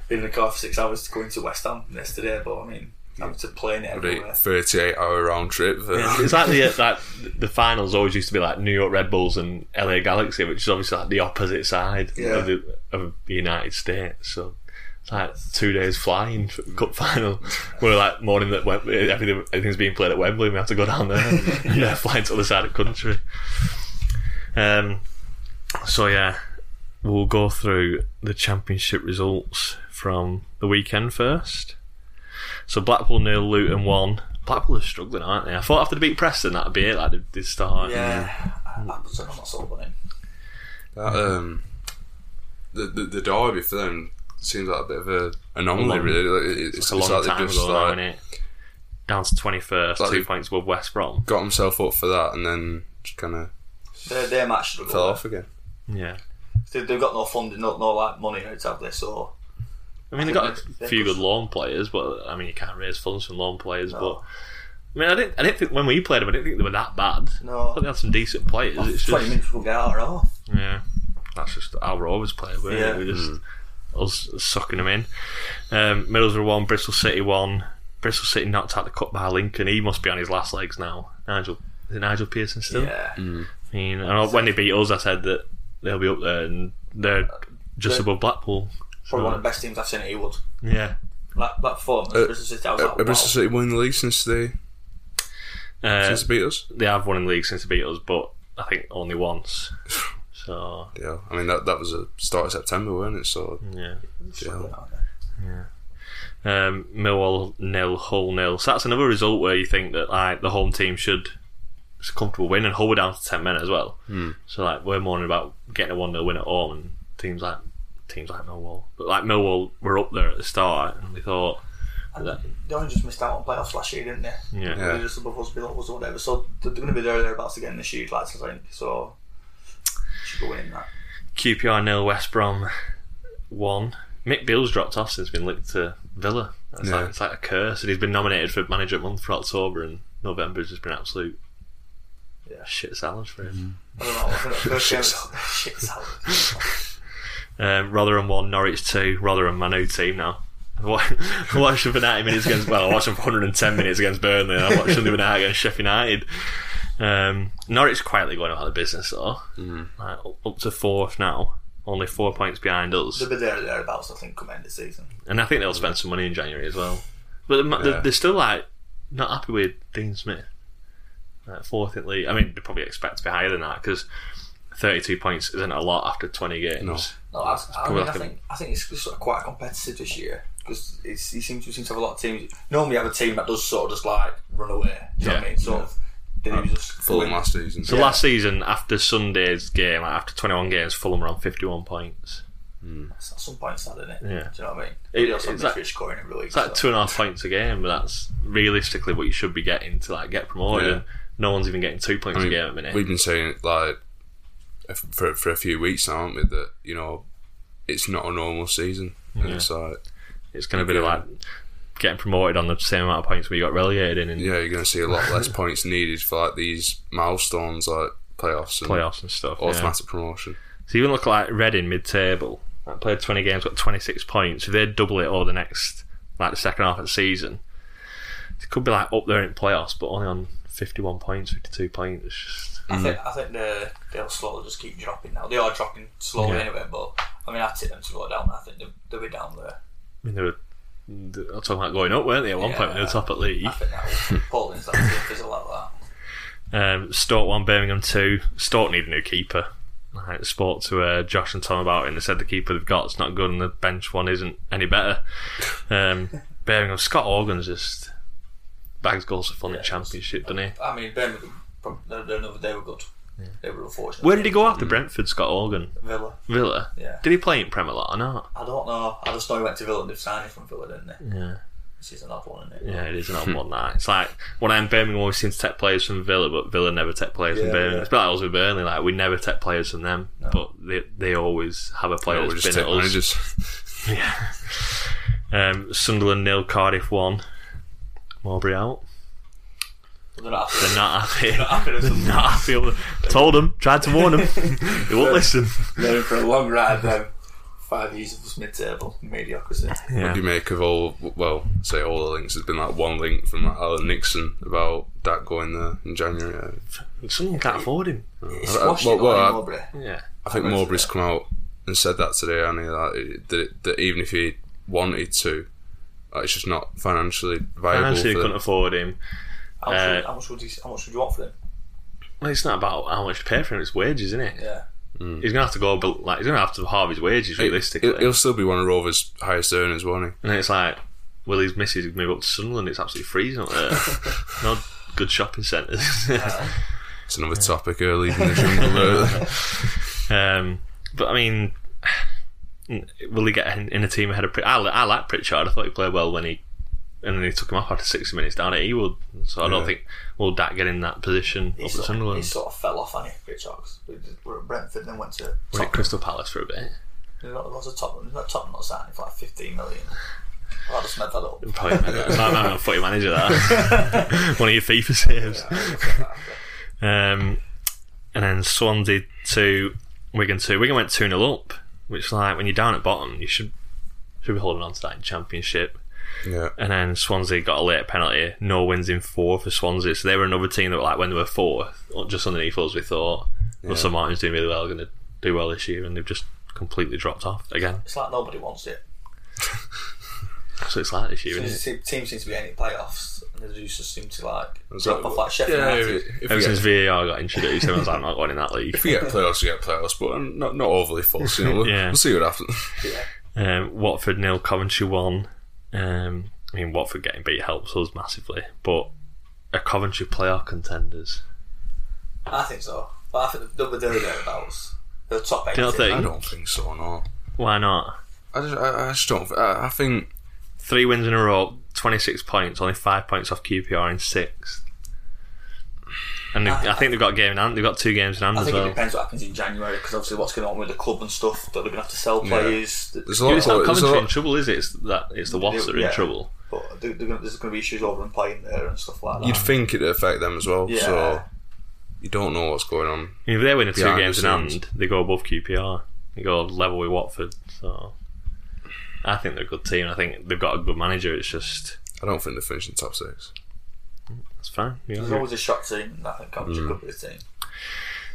[SPEAKER 2] been in the car for six hours going to West Ham yesterday, but I mean, I'm to playing it
[SPEAKER 3] The
[SPEAKER 2] everywhere.
[SPEAKER 3] 38 hour round trip. for-
[SPEAKER 1] it's like the like the finals always used to be like New York Red Bulls and LA Galaxy, which is obviously like the opposite side
[SPEAKER 2] Yeah.
[SPEAKER 1] of, the, of the United States. So it's like two days flying for the cup final. We're like morning that Wem- everything, everything's being played at Wembley. and We have to go down there. and yeah, flying to the other side of the country. Um. So yeah, we'll go through the championship results from the weekend first. So Blackpool nil, Luton one. Blackpool are struggling, aren't they? I thought after they beat Preston that'd be it. Like they'd, they'd start.
[SPEAKER 2] Yeah, I'm not sold on him.
[SPEAKER 3] That, um, the, the the derby for them seems like a bit of a anomaly,
[SPEAKER 1] long-
[SPEAKER 3] really. Like, it,
[SPEAKER 1] it's
[SPEAKER 3] it's
[SPEAKER 1] a long
[SPEAKER 3] like they
[SPEAKER 1] time
[SPEAKER 3] just
[SPEAKER 1] ago now,
[SPEAKER 3] like,
[SPEAKER 1] innit? Down to twenty first,
[SPEAKER 3] Like
[SPEAKER 1] two
[SPEAKER 3] they-
[SPEAKER 1] points above West Brom.
[SPEAKER 3] got himself up for that, and then just kind of
[SPEAKER 2] Their, their match should
[SPEAKER 3] fell off again.
[SPEAKER 1] Yeah,
[SPEAKER 2] They've got no funding, no, no like money out of this, so
[SPEAKER 1] I mean they got a
[SPEAKER 2] they're
[SPEAKER 1] few
[SPEAKER 2] good.
[SPEAKER 1] good loan players, but I mean you can't raise funds from loan players.
[SPEAKER 2] No.
[SPEAKER 1] But I mean I didn't, I didn't think when we played them, I didn't think they were that bad.
[SPEAKER 2] No.
[SPEAKER 1] I thought they had some decent players. It's just,
[SPEAKER 2] twenty minutes will get out of off.
[SPEAKER 1] Yeah, that's just how we always play. We're,
[SPEAKER 2] Yeah.
[SPEAKER 1] we're just us sucking them in. Um, Middlesbrough one, Bristol City one. Bristol City knocked out the cup by Lincoln. He must be on his last legs now. Nigel, is it Nigel Pearson still?
[SPEAKER 2] Yeah,
[SPEAKER 1] I mean, I know when they beat us, I said that they'll be up there and they're just
[SPEAKER 2] They're-
[SPEAKER 1] above Blackpool.
[SPEAKER 2] probably one of the best teams I've seen at Ewood.
[SPEAKER 1] Yeah.
[SPEAKER 2] That that performance,
[SPEAKER 3] Uh,
[SPEAKER 2] Bristol City, I was
[SPEAKER 3] Uh,
[SPEAKER 2] like, wow.
[SPEAKER 3] Bristol City won the league since they
[SPEAKER 1] Uh,
[SPEAKER 3] since they beat us.
[SPEAKER 1] they have won in the league since they beat us, but I think only once. So
[SPEAKER 3] Yeah, I mean that that was a start of September, wasn't it? So
[SPEAKER 1] yeah.
[SPEAKER 3] yeah,
[SPEAKER 1] Um, Millwall nil, Hull nil. So that's another result where you think that like the home team should it's a comfortable win, and Hull were down to ten men as well. Mm. So like we're moaning about getting a one 0 win at home, and teams like teams like Millwall, but like Millwall were up there at the start, and we thought,
[SPEAKER 2] And They only just missed out on playoffs last year, didn't they?
[SPEAKER 1] yeah,
[SPEAKER 3] Yeah.
[SPEAKER 2] They're just above us, below us, or whatever. So they're going to be there or thereabouts again this year, lads. I think so. Should be winning that.
[SPEAKER 1] QPR nil, West Brom one. Mick Beale's dropped off since he's been linked to Villa. It's,
[SPEAKER 3] Yeah.
[SPEAKER 1] like, it's like a curse, and he's been nominated for manager of the month for October, and November's just been absolute
[SPEAKER 2] Yeah.
[SPEAKER 1] shit salad for him.
[SPEAKER 2] I don't know. I think that first game, shit's out.
[SPEAKER 1] Um, Rotherham one, Norwich two. Rotherham, my new team now. I wa- I watched them for 90 minutes against, well, I watched them for 110 minutes against Burnley, and I watched them the other night against Sheffield United. Um, Norwich quietly going about the business, though.
[SPEAKER 3] Hmm.
[SPEAKER 1] Mm. Like, up- up to fourth now, only four points behind us.
[SPEAKER 2] They'll be there or thereabouts, I think, come end of the season.
[SPEAKER 1] And I think they'll spend some money in January as well. But they're, they're-
[SPEAKER 3] Yeah.
[SPEAKER 1] they're still, like, not happy with Dean Smith. Like, fourth at league. I mean, they probably expect to be higher than that because 32 points isn't a lot after 20 games.
[SPEAKER 3] No.
[SPEAKER 2] No, I, I,
[SPEAKER 1] probably
[SPEAKER 2] mean, I
[SPEAKER 1] like a-
[SPEAKER 2] think I think it's sort of quite competitive this year because he seems to seems to have a lot of teams. Normally, you have a team that does sort of just like run away. Do you know what I mean? Sort of. They do just
[SPEAKER 3] Fulham
[SPEAKER 2] win.
[SPEAKER 3] last season.
[SPEAKER 1] So last season, after Sunday's game, like, after 21 games, Fulham were on 51 points.
[SPEAKER 2] At some point, that isn't it?
[SPEAKER 1] Yeah.
[SPEAKER 2] Do you know what I mean?
[SPEAKER 1] It-
[SPEAKER 2] They also
[SPEAKER 1] it's
[SPEAKER 2] have
[SPEAKER 1] like-
[SPEAKER 2] Mitrovic scoring every week.
[SPEAKER 1] It's like
[SPEAKER 2] so-
[SPEAKER 1] two and a half points a game, but that's realistically what you should be getting to like get promoted.
[SPEAKER 3] Yeah.
[SPEAKER 1] And no one's even getting two points
[SPEAKER 3] I mean,
[SPEAKER 1] a game at the minute.
[SPEAKER 3] We've been saying it like f- for for a few weeks now, haven't we? That you know, it's not a normal season, and it's like
[SPEAKER 1] it's going to be
[SPEAKER 3] yeah.
[SPEAKER 1] like getting promoted on the same amount of points we got relegated in in
[SPEAKER 3] yeah, you're going to see a lot less points needed for like these milestones like playoffs and
[SPEAKER 1] playoffs and stuff. yeah.
[SPEAKER 3] automatic promotion.
[SPEAKER 1] So even look like Reading mid table, like played twenty games, got twenty six points. If they double it over the next like the second half of the season, it could be like up there in playoffs, but only on fifty one points, fifty two points. It's just
[SPEAKER 2] I think I think they they'll slowly just keep dropping now. They are dropping slowly
[SPEAKER 1] Yeah.
[SPEAKER 2] anyway, but I mean, I tip them to go down. I think they'll, they'll be down there.
[SPEAKER 1] I mean, they were they were talking about going up, weren't they? At one point, when they were top at league.
[SPEAKER 2] I think that Portland's that team. There's a lot of that.
[SPEAKER 1] Um, Stoke one, Birmingham two. Stoke need a new keeper. I spoke to uh, Josh and Tom about it, and they said the keeper they've got is not good, and the bench one isn't any better. Um, Birmingham Scott Organ's just bags goals for fun in Championship, doesn't he?
[SPEAKER 2] I mean, Birmingham, prob- they're, they're another, they were good. They were unfortunate.
[SPEAKER 1] Where did he go after Brentford? Scott Organ,
[SPEAKER 2] Villa.
[SPEAKER 1] Villa.
[SPEAKER 2] Yeah.
[SPEAKER 1] Did he play in Prem a lot or not?
[SPEAKER 2] I don't know. I just know he went to Villa and they've signed him from Villa, didn't they?
[SPEAKER 1] Yeah.
[SPEAKER 2] This is an odd one, isn't it?
[SPEAKER 1] Yeah, it is an odd
[SPEAKER 3] Hmm.
[SPEAKER 1] one. That it's like when I'm Birmingham, always seem to take players from Villa, but Villa never take players from
[SPEAKER 2] Yeah,
[SPEAKER 1] Birmingham.
[SPEAKER 2] yeah.
[SPEAKER 1] It's like us with Burnley, like we never take players from them, but they they always have a player
[SPEAKER 3] Or
[SPEAKER 1] that's
[SPEAKER 3] just
[SPEAKER 1] been
[SPEAKER 3] take
[SPEAKER 1] at us.
[SPEAKER 3] managers.
[SPEAKER 1] Yeah. Um, Sunderland nil, Cardiff one. Marbury out.
[SPEAKER 2] They're not happy.
[SPEAKER 1] They're not happy.
[SPEAKER 2] happy with them.
[SPEAKER 1] not happy. with it. Told them, tried to warn them. they won't listen.
[SPEAKER 2] They're in for a long ride then. Five years of us mid-table mediocrity.
[SPEAKER 3] What do you make of all? Well, say all the links. There's been like one link from like Alan Nixon about that going there in January. I-
[SPEAKER 1] Sunderland can't afford him.
[SPEAKER 2] It's
[SPEAKER 3] Uh,
[SPEAKER 2] washing
[SPEAKER 3] well, well,
[SPEAKER 2] on
[SPEAKER 3] uh,
[SPEAKER 2] Mowbray.
[SPEAKER 1] Yeah.
[SPEAKER 3] I think
[SPEAKER 2] read
[SPEAKER 3] Mowbray's
[SPEAKER 2] that.
[SPEAKER 3] come out and said that today, and he, like, it- that, that even if he wanted to, like, it's just not financially viable.
[SPEAKER 1] Financially,
[SPEAKER 3] for
[SPEAKER 1] they
[SPEAKER 3] them.
[SPEAKER 1] couldn't afford him.
[SPEAKER 2] How much,
[SPEAKER 1] uh,
[SPEAKER 2] would, how much would you how much would you want for them?
[SPEAKER 1] Well, it's not about how much to pay for him. It's wages, isn't it?
[SPEAKER 2] Yeah.
[SPEAKER 3] Hmm.
[SPEAKER 1] He's gonna have to go, but like he's gonna have to halve his wages realistically.
[SPEAKER 3] He'll, he'll still be one of Rover's highest earners, won't
[SPEAKER 1] and it's like, will his missus move up to Sunderland? It's absolutely freezing up there. no good shopping centres.
[SPEAKER 3] he? It's another topic early in the jungle. early.
[SPEAKER 1] Um, but I mean, will he get in, in a team ahead of Pritchard? I, li- I like Pritchard. I thought he played well when he, and then he took him off after sixty minutes down at Ewood. So I don't
[SPEAKER 3] Yeah.
[SPEAKER 1] think will Dak get in that position up at
[SPEAKER 2] He sort, of, he
[SPEAKER 1] Sunderland.
[SPEAKER 2] sort of fell off on it, Rich Ox. We did- were at Brentford then went to
[SPEAKER 1] Was it Crystal Palace for a bit?
[SPEAKER 2] There was a Tottenham, not Tottenham not signing for like 15 million. Well, I just made that up.
[SPEAKER 1] Probably meant that. I might not put your manager that. One of your FIFA saves. um, and then Swansea two, Wigan two. Wigan went two 0 up, which like when you're down at bottom, you should should be holding on to that in Championship.
[SPEAKER 3] yeah,
[SPEAKER 1] and then Swansea got a late penalty. No wins in four for Swansea. So they were another team that, were like, when they were fourth, just underneath us, we thought Russell Martin's doing really well, going to do well this year, and they've just completely dropped off again.
[SPEAKER 2] It's like nobody wants it.
[SPEAKER 1] So it's like this year,
[SPEAKER 2] As
[SPEAKER 1] isn't
[SPEAKER 2] soon
[SPEAKER 1] it?
[SPEAKER 2] as the te- team seems to be in the playoffs, and they just seem to like
[SPEAKER 3] Was
[SPEAKER 2] drop
[SPEAKER 3] that-
[SPEAKER 2] off like Sheffield
[SPEAKER 3] Yeah,
[SPEAKER 2] United.
[SPEAKER 3] if, if
[SPEAKER 1] Ever
[SPEAKER 3] you
[SPEAKER 1] since
[SPEAKER 3] get,
[SPEAKER 1] VAR got introduced, everyone's like, I'm not going in that league.
[SPEAKER 3] if you get playoffs, you get playoffs, but I'm not not overly fussed. You know, we'll,
[SPEAKER 1] Yeah.
[SPEAKER 3] we'll see what happens.
[SPEAKER 1] Um, Watford nil, Coventry one. Um, I mean, Watford getting beat helps us massively, but a Coventry playoff contenders.
[SPEAKER 2] I think so. But I think they'll be there or thereabouts. They're top eight.
[SPEAKER 1] Don't
[SPEAKER 2] team.
[SPEAKER 1] think-
[SPEAKER 3] I don't think so. No,
[SPEAKER 1] Why not?
[SPEAKER 3] I just, I, I just don't. I, I think
[SPEAKER 1] Three wins in a row, 26 points, only five points off QPR in sixth. And they- I, think they've got a game in hand. They've got two games in hand
[SPEAKER 2] I
[SPEAKER 1] as
[SPEAKER 2] think it
[SPEAKER 1] well.
[SPEAKER 2] depends what happens in January because obviously what's going on with the club and stuff. That they're going to have to sell players. that-
[SPEAKER 3] there's a lot.
[SPEAKER 1] It's not
[SPEAKER 3] Of, there's a
[SPEAKER 1] Coventry in
[SPEAKER 3] lot
[SPEAKER 1] trouble, is it? It's that it's the Watford that are in
[SPEAKER 2] Yeah.
[SPEAKER 1] trouble.
[SPEAKER 2] But they're, they're gonna, there's going to be issues over and playing there and stuff like that.
[SPEAKER 3] you'd think it'd affect them as well.
[SPEAKER 2] Yeah.
[SPEAKER 3] So you don't know what's going on.
[SPEAKER 1] I mean, if they win the two
[SPEAKER 3] Behind the
[SPEAKER 1] games in
[SPEAKER 3] scenes.
[SPEAKER 1] hand, they go above QPR. They go level with Watford. So I think they're a good team. I think they've got a good manager. It's just
[SPEAKER 3] I don't think they're finishing top six.
[SPEAKER 1] it's fine. You
[SPEAKER 2] There's
[SPEAKER 1] know,
[SPEAKER 2] always a shock team, and I think Coventry
[SPEAKER 3] Mm.
[SPEAKER 2] could be a team.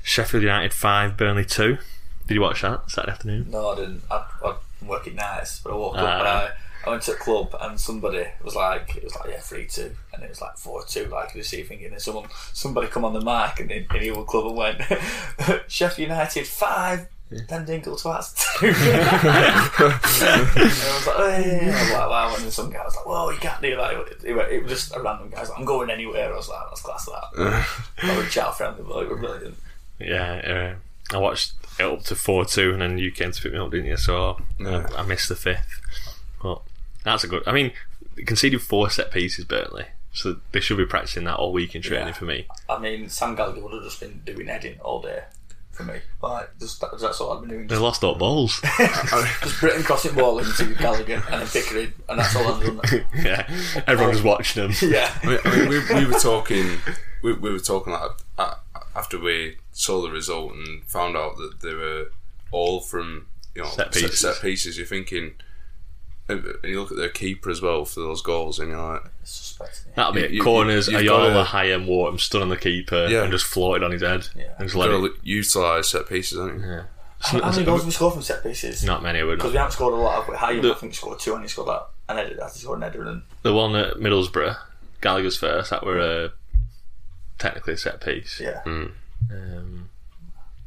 [SPEAKER 1] Sheffield United five, Burnley two. Did you watch that Saturday afternoon?
[SPEAKER 2] No, I didn't. I, I work at nights, but I woke
[SPEAKER 1] Ah.
[SPEAKER 2] up and I, I went to a club and somebody was like, it was like yeah, three two, and it was like four two, like this evening, and then someone somebody come on the mic and in, in the other club and went, Sheffield United five. Then Dingle Twats two. and I was like, oh, yeah, yeah. Wow, wow. And then some guy was like, whoa, you can't do that. It, it, it was just a random guy. I was like, I'm going anywhere. I was like, that's class that. I was chat friendly, but it was brilliant.
[SPEAKER 1] Yeah, uh, I watched it up to four two, and then you came to pick me up, didn't you? So
[SPEAKER 3] Yeah.
[SPEAKER 1] I, I missed the fifth. But that's a good. I mean, they conceded four set pieces, Burnley. So they should be practicing that all week in training
[SPEAKER 2] Yeah.
[SPEAKER 1] for me.
[SPEAKER 2] I mean, Sam Gallagher would have just been doing editing all day for me. Like, just, that- that's all I've been doing.
[SPEAKER 1] They
[SPEAKER 2] Just,
[SPEAKER 1] lost all balls.
[SPEAKER 2] just Britain crossing ball into Gallagher and then Pickering, and that's all I've done.
[SPEAKER 1] yeah, everyone was watching them.
[SPEAKER 3] I
[SPEAKER 2] Yeah.
[SPEAKER 3] mean, I mean, we, we were talking. We, we were talking like a- after we saw the result and found out that they were all from you know
[SPEAKER 1] Set
[SPEAKER 3] set,
[SPEAKER 1] pieces.
[SPEAKER 3] set pieces. You're thinking, and you look at their keeper as well for those goals, and you're like,
[SPEAKER 2] It's suspecting.
[SPEAKER 1] That'll be
[SPEAKER 3] You-
[SPEAKER 1] it.
[SPEAKER 3] you-
[SPEAKER 1] Corners,
[SPEAKER 3] you've gotta-
[SPEAKER 1] Ayola, high end water, stood on the keeper
[SPEAKER 3] Yeah.
[SPEAKER 1] and just floated on his head.
[SPEAKER 2] Yeah.
[SPEAKER 1] And just
[SPEAKER 3] got
[SPEAKER 1] let it,
[SPEAKER 3] to utilise set pieces, aren't you?
[SPEAKER 2] How many goals have we scored from set pieces?
[SPEAKER 1] not many, would
[SPEAKER 2] Because we haven't scored a lot. But Hayden, I think, scored two, and he scored that. And Eddie, I think, scored an Eddie. And
[SPEAKER 1] The one at Middlesbrough, Gallagher's first, that were a, technically a set piece.
[SPEAKER 2] yeah,
[SPEAKER 1] Um,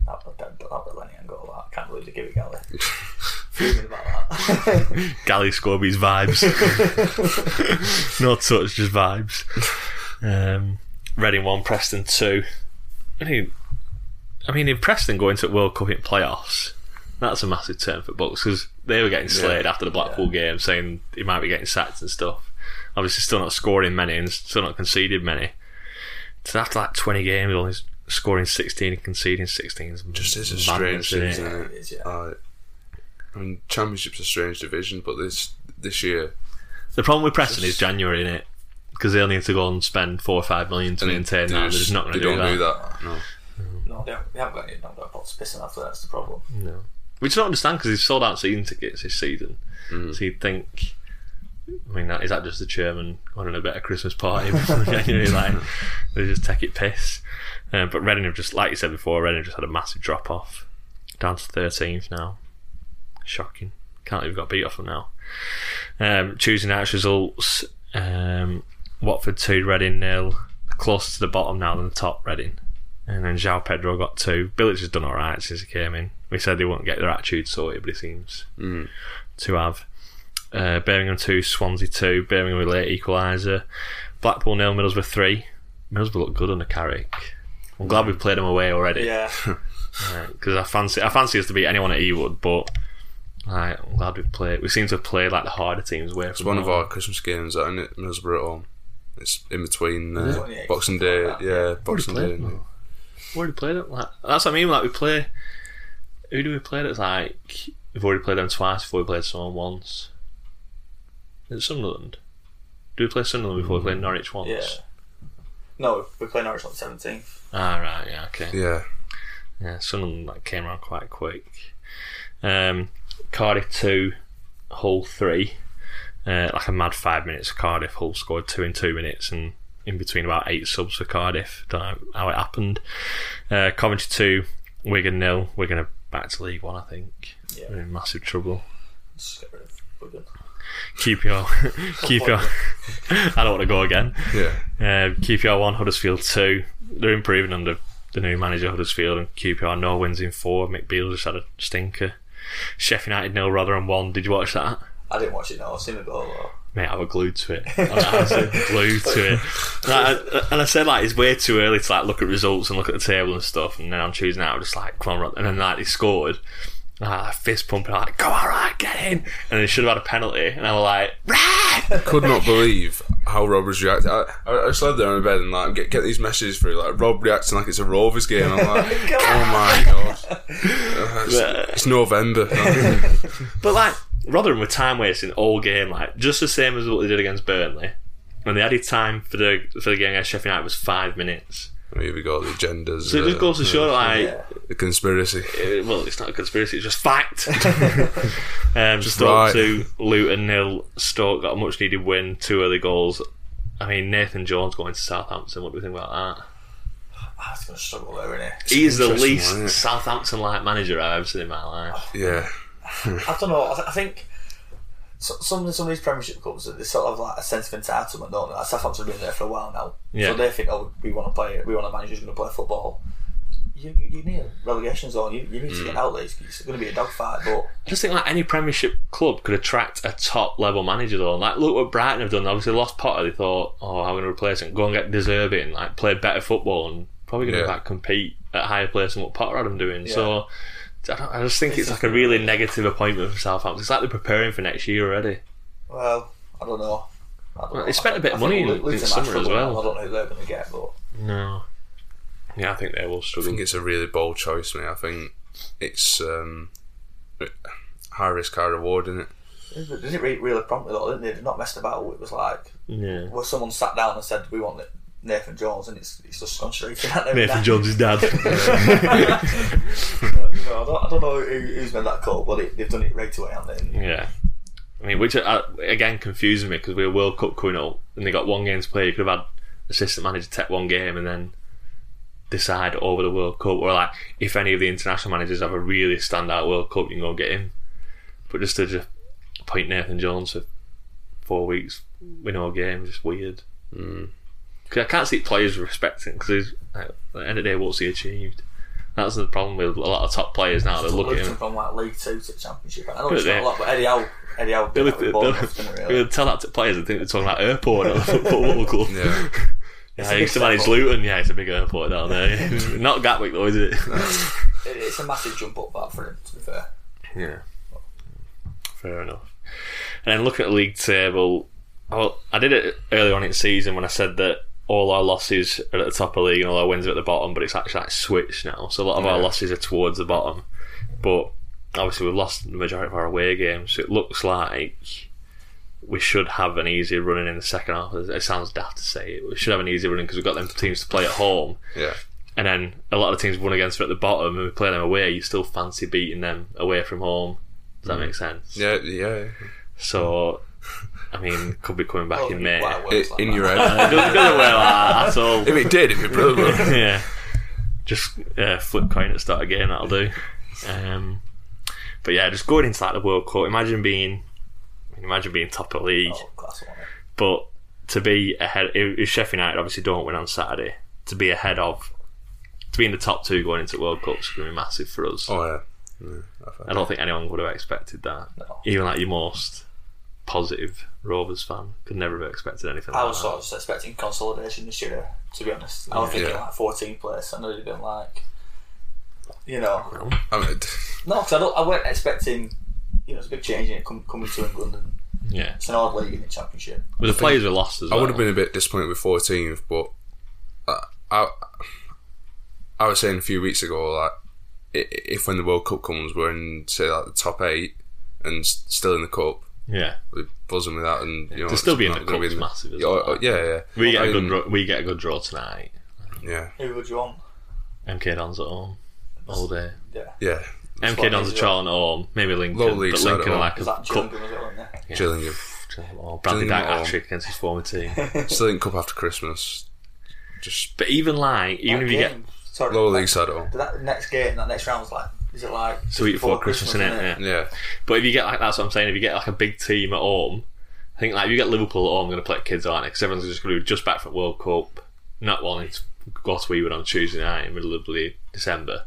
[SPEAKER 2] that, that, that, that was Lenny and goal. That. I can't believe they give it Gallagher. Fuming about that.
[SPEAKER 1] Gally Scorby's vibes. no touch, just vibes. Um, Reading 1, Preston 2. I mean, I mean, if Preston go into World Cup in playoffs, that's a massive turn for Bucks because they were getting slayed after the Blackpool game, saying he might be getting sacked and stuff. Obviously, still not scoring many and still not conceded many. So after like 20 games, only scoring 16 and conceding 16 is
[SPEAKER 3] Just is a
[SPEAKER 1] madness,
[SPEAKER 3] strange
[SPEAKER 1] isn't it?
[SPEAKER 3] season, isn't it?
[SPEAKER 2] It is, yeah.
[SPEAKER 3] Uh, I mean, Championship's a strange division, but this this year,
[SPEAKER 1] The problem with Preston is January, in it? Because they'll need to go and spend four or five million to maintain that. They're just not going to
[SPEAKER 3] they
[SPEAKER 1] do
[SPEAKER 3] don't
[SPEAKER 1] that.
[SPEAKER 3] do that. No.
[SPEAKER 2] no, they haven't, they haven't got any. Not got pots pissing after. That's the problem.
[SPEAKER 1] Which I don't understand because he's sold out season tickets this season. So you'd think, I mean, that, is that just the chairman wanting a better Christmas party? before January? Like, they just take it piss. Um, but Reading have just, like you said before, Reading have just had a massive drop off. Down to 13th now. Shocking. Can't believe we got beat off them now. Um, Tuesday night's results um, Watford 2, Reading nil. Close to the bottom now than the top, Reading. And then João Pedro got two. Billich has done all right since he came in. We said they wouldn't get their attitude sorted, but he seems to have. Uh, Birmingham 2, Swansea 2, Birmingham with late equaliser. Blackpool nil, Middlesbrough 3. Middlesbrough look good under Carrick. I'm glad we played them away already
[SPEAKER 2] Yeah.
[SPEAKER 1] because I fancy I fancy us to beat anyone at Ewood, but like, I'm glad we've played. We seem to have played like the harder teams away
[SPEAKER 3] It's
[SPEAKER 1] from
[SPEAKER 3] one of
[SPEAKER 1] home.
[SPEAKER 3] our Christmas games, isn't it? Middlesbrough at home. It's in between uh,
[SPEAKER 2] Yeah.
[SPEAKER 3] Boxing Day,
[SPEAKER 2] Yeah.
[SPEAKER 3] yeah, Boxing
[SPEAKER 1] played
[SPEAKER 3] Day. and-
[SPEAKER 1] We've already played it. Like, that's what I mean. Like we play. Who do we play? That's like we've already played them twice before we played someone once. Is it Sunderland? Do we play Sunderland before
[SPEAKER 3] Mm.
[SPEAKER 1] we play Norwich once?
[SPEAKER 2] Yeah. No, we play Norwich on the seventeenth.
[SPEAKER 1] Ah right, yeah, okay.
[SPEAKER 3] Yeah,
[SPEAKER 1] Yeah, Sunderland like, came around quite quick. Um, Cardiff 2, Hull 3. Uh, like a mad five minutes for Cardiff. Hull scored two in two minutes and in between about eight subs for Cardiff. Don't know how it happened. Uh, Coventry 2, Wigan nil. We're going to back to League 1, I think.
[SPEAKER 2] Yeah.
[SPEAKER 1] We're in massive trouble.
[SPEAKER 2] Just get rid of Wigan.
[SPEAKER 1] keep your keep your. I don't want to go again.
[SPEAKER 3] Yeah.
[SPEAKER 1] Uh, QPR one, Huddersfield two. They're improving under the new manager Huddersfield and QPR no wins in four. McBeal just had a stinker. Sheffield United nil Rotherham one. Did you watch that?
[SPEAKER 2] I didn't watch it. No, I've seen it goal though.
[SPEAKER 1] Mate, I was glued to it. I was absolutely glued to it. And I, and I said, like, it's way too early to like look at results and look at the table and stuff. And then on Tuesday night, I was just like, come on, Rotherham. and then like they scored. And I like, fist pumping, like, go all right, get in. And they should have had a penalty. And I was like, right.
[SPEAKER 3] Could not believe how Rob was reacting. I, I I just lay there in bed and like get, get these messages through like Rob reacting like it's a Rovers game. I'm like, oh my god, Uh, it's, it's November.
[SPEAKER 1] But like Rotherham were time wasting all game, like just the same as what they did against Burnley. And the added time for the for the game against Sheffield United was five minutes.
[SPEAKER 3] Here we go, the agendas.
[SPEAKER 1] So it just
[SPEAKER 3] uh,
[SPEAKER 1] goes to show, like,
[SPEAKER 2] Yeah.
[SPEAKER 3] the conspiracy.
[SPEAKER 1] uh, well, it's not a conspiracy, it's just fact. um, Stoke
[SPEAKER 3] right.
[SPEAKER 1] two, Luton nil. Stoke got a much needed win, two early goals. I mean, Nathan Jones going to Southampton. What do we think about that?
[SPEAKER 2] Ah, it's going to struggle there, isn't it?
[SPEAKER 1] He is the
[SPEAKER 3] interesting,
[SPEAKER 1] least
[SPEAKER 3] isn't it?
[SPEAKER 1] Southampton-like manager I've ever seen in my life.
[SPEAKER 3] Yeah,
[SPEAKER 2] I don't know. I, th- I think so- some some of these Premiership clubs they sort of like a sense of entitlement, don't they? Like Southampton's been there for a while now,
[SPEAKER 1] Yeah.
[SPEAKER 2] so they think, oh, we want to play, we want a manager who's going to play football. You, you you need a relegation zone. You, you need
[SPEAKER 1] Mm.
[SPEAKER 2] to get out there. It's, going to be a dogfight, but
[SPEAKER 1] I just think like any Premiership club could attract a top level manager though. Like look what Brighton have done. They Obviously lost Potter. They thought, oh, I'm going to replace him. Go and get Deserby and like play better football and probably going to
[SPEAKER 3] Yeah.
[SPEAKER 1] like compete at a higher place than what Potter had them doing. So I, don't, I just think it's, like a really negative appointment for Southampton. It's like they're preparing for next year already.
[SPEAKER 2] well, I don't know. I don't know.
[SPEAKER 1] they spent a
[SPEAKER 2] I-
[SPEAKER 1] bit
[SPEAKER 2] I
[SPEAKER 1] of
[SPEAKER 2] think
[SPEAKER 1] money
[SPEAKER 2] we'll
[SPEAKER 1] in-
[SPEAKER 2] lose
[SPEAKER 1] in
[SPEAKER 2] a match
[SPEAKER 1] summer as
[SPEAKER 2] football.
[SPEAKER 1] well.
[SPEAKER 2] I don't know who they're going to get, but
[SPEAKER 1] No. Yeah, I think they will
[SPEAKER 3] I
[SPEAKER 1] struggle.
[SPEAKER 3] think it's a really bold choice, mate. I think it's um, high risk, high reward, isn't it?
[SPEAKER 2] they did it re- really promptly though, didn't they? They've not messed about. It was like
[SPEAKER 1] Yeah.
[SPEAKER 2] well, someone sat down and said, "We want Nathan Jones," and it's it's just gone straight at them.
[SPEAKER 1] Nathan Jones' dad.
[SPEAKER 2] You know, I, don't, I don't know who, who's made that call, but it, they've done it right away, haven't they?
[SPEAKER 1] Yeah. I mean, which uh, again confuses me because we were World Cup coming up and they got one game to play. You could have had assistant manager take one game and then decide over the World Cup. Or like, if any of the international managers have a really standout World Cup, you can go get him. But just to just point Nathan Jones for four weeks with no game, just weird. Because I can't see players respecting because at the end of the day, what's he achieved? That's the problem with a lot of top players now. They look at
[SPEAKER 2] Lifted
[SPEAKER 1] him.
[SPEAKER 2] from like League Two to the Championship. I know it's
[SPEAKER 1] But
[SPEAKER 2] not a lot, but Eddie Howe, Eddie Howe,
[SPEAKER 1] They'll,
[SPEAKER 2] did that with Bournemouth, didn't he,
[SPEAKER 1] they'll-
[SPEAKER 2] really?
[SPEAKER 1] they'll tell that to players. I think they're talking about airport at the football club. Yeah,
[SPEAKER 3] Yeah,
[SPEAKER 1] I used to manage Luton. Yeah, it's a big airport down there. Not Gatwick though, is it?
[SPEAKER 2] It- It's a massive jump up that for him. To be fair,
[SPEAKER 1] yeah. Fair enough. And then look at the league table. Well, I did it earlier on in the season when I said that all our losses are at the top of the league and all our wins are at the bottom, but it's actually like switched now. So a lot of our losses are towards the bottom. But obviously we've lost the majority of our away games, so it looks like we should have an easier running in the second half. It sounds daft to say it. We should have an easier running because we've got them teams to play at home
[SPEAKER 3] yeah.
[SPEAKER 1] and then a lot of the teams won against are at the bottom and we play them away, you still fancy beating them away from home. Does that make sense?
[SPEAKER 3] Yeah, yeah.
[SPEAKER 1] So, I mean, could be coming back
[SPEAKER 2] Oh,
[SPEAKER 1] in May.
[SPEAKER 2] wow, it works
[SPEAKER 3] It,
[SPEAKER 2] like
[SPEAKER 3] in
[SPEAKER 2] that.
[SPEAKER 3] your head.
[SPEAKER 1] It doesn't go well uh, at all.
[SPEAKER 3] if it did, it'd be brilliant.
[SPEAKER 1] yeah. Just uh, flip coin at start again, that'll do. Um, but yeah, just going into like the World Cup, imagine being imagine being top of the league.
[SPEAKER 2] Oh, class one.
[SPEAKER 1] But to be ahead, if if Sheffield United obviously don't win on Saturday, to be ahead of, to be in the top two going into World Cups is going to be massive for us.
[SPEAKER 3] Oh yeah.
[SPEAKER 1] I don't think anyone would have expected that.
[SPEAKER 2] No.
[SPEAKER 1] Even like your most positive Rovers fan could never have expected anything
[SPEAKER 2] I
[SPEAKER 1] like
[SPEAKER 2] was
[SPEAKER 1] that.
[SPEAKER 2] sort of just expecting consolidation this year. To be honest, I was thinking
[SPEAKER 3] Yeah.
[SPEAKER 2] like 14th place. I know it'd been like, you know,
[SPEAKER 3] I mean, d-
[SPEAKER 2] no, 'cause I don't. I weren't expecting. You know, it's a big change in it com- coming to England, and
[SPEAKER 1] Yeah.
[SPEAKER 2] it's an odd league in the Championship.
[SPEAKER 1] But the players were lost as
[SPEAKER 3] I
[SPEAKER 1] well.
[SPEAKER 3] would have been a bit disappointed with 14th, but I, I, I was saying a few weeks ago, like i- if when the World Cup comes, we're in say like the top eight and s- still in the cup,
[SPEAKER 1] Yeah.
[SPEAKER 3] we're buzzing with that, and you know,
[SPEAKER 1] to still be in
[SPEAKER 3] it's
[SPEAKER 1] the
[SPEAKER 3] not gonna
[SPEAKER 1] cup's massive, isn't
[SPEAKER 3] Yeah,
[SPEAKER 1] it?
[SPEAKER 3] oh, yeah, yeah.
[SPEAKER 1] We get,
[SPEAKER 3] I
[SPEAKER 1] a good
[SPEAKER 3] mean,
[SPEAKER 1] draw, we get a good draw tonight.
[SPEAKER 3] Yeah,
[SPEAKER 2] Who would you want?
[SPEAKER 1] MK Dons at home. All day.
[SPEAKER 2] Yeah,
[SPEAKER 3] yeah.
[SPEAKER 1] MK Dons at
[SPEAKER 2] easier.
[SPEAKER 1] Charlton at home. Maybe Lincoln.
[SPEAKER 3] Low league
[SPEAKER 1] but
[SPEAKER 3] side
[SPEAKER 1] Lincoln are
[SPEAKER 3] at home.
[SPEAKER 1] like a
[SPEAKER 2] is that
[SPEAKER 1] cup.
[SPEAKER 2] Gillingham as well? Isn't it?
[SPEAKER 3] Gillingham,
[SPEAKER 1] Or Bradley
[SPEAKER 3] Gillingham
[SPEAKER 1] Dyke
[SPEAKER 3] at home.
[SPEAKER 1] hat trick against his former team.
[SPEAKER 3] still in cup after Christmas. Just
[SPEAKER 1] but even like, even if you get.
[SPEAKER 2] Sorry,
[SPEAKER 3] lower
[SPEAKER 2] that-
[SPEAKER 3] league side at all.
[SPEAKER 2] But that next game, that next round was like Is it like
[SPEAKER 1] to eat before Christmas,
[SPEAKER 2] isn't
[SPEAKER 1] innit? Yeah.
[SPEAKER 3] Yeah.
[SPEAKER 1] But if you get like that's what I'm saying. If you get like a big team at home, I think like if you get Liverpool at home, they're going to play kids, aren't they? Because everyone's just going to be just back from World Cup, not wanting to go to Ewood on Tuesday night in the middle of bloody December.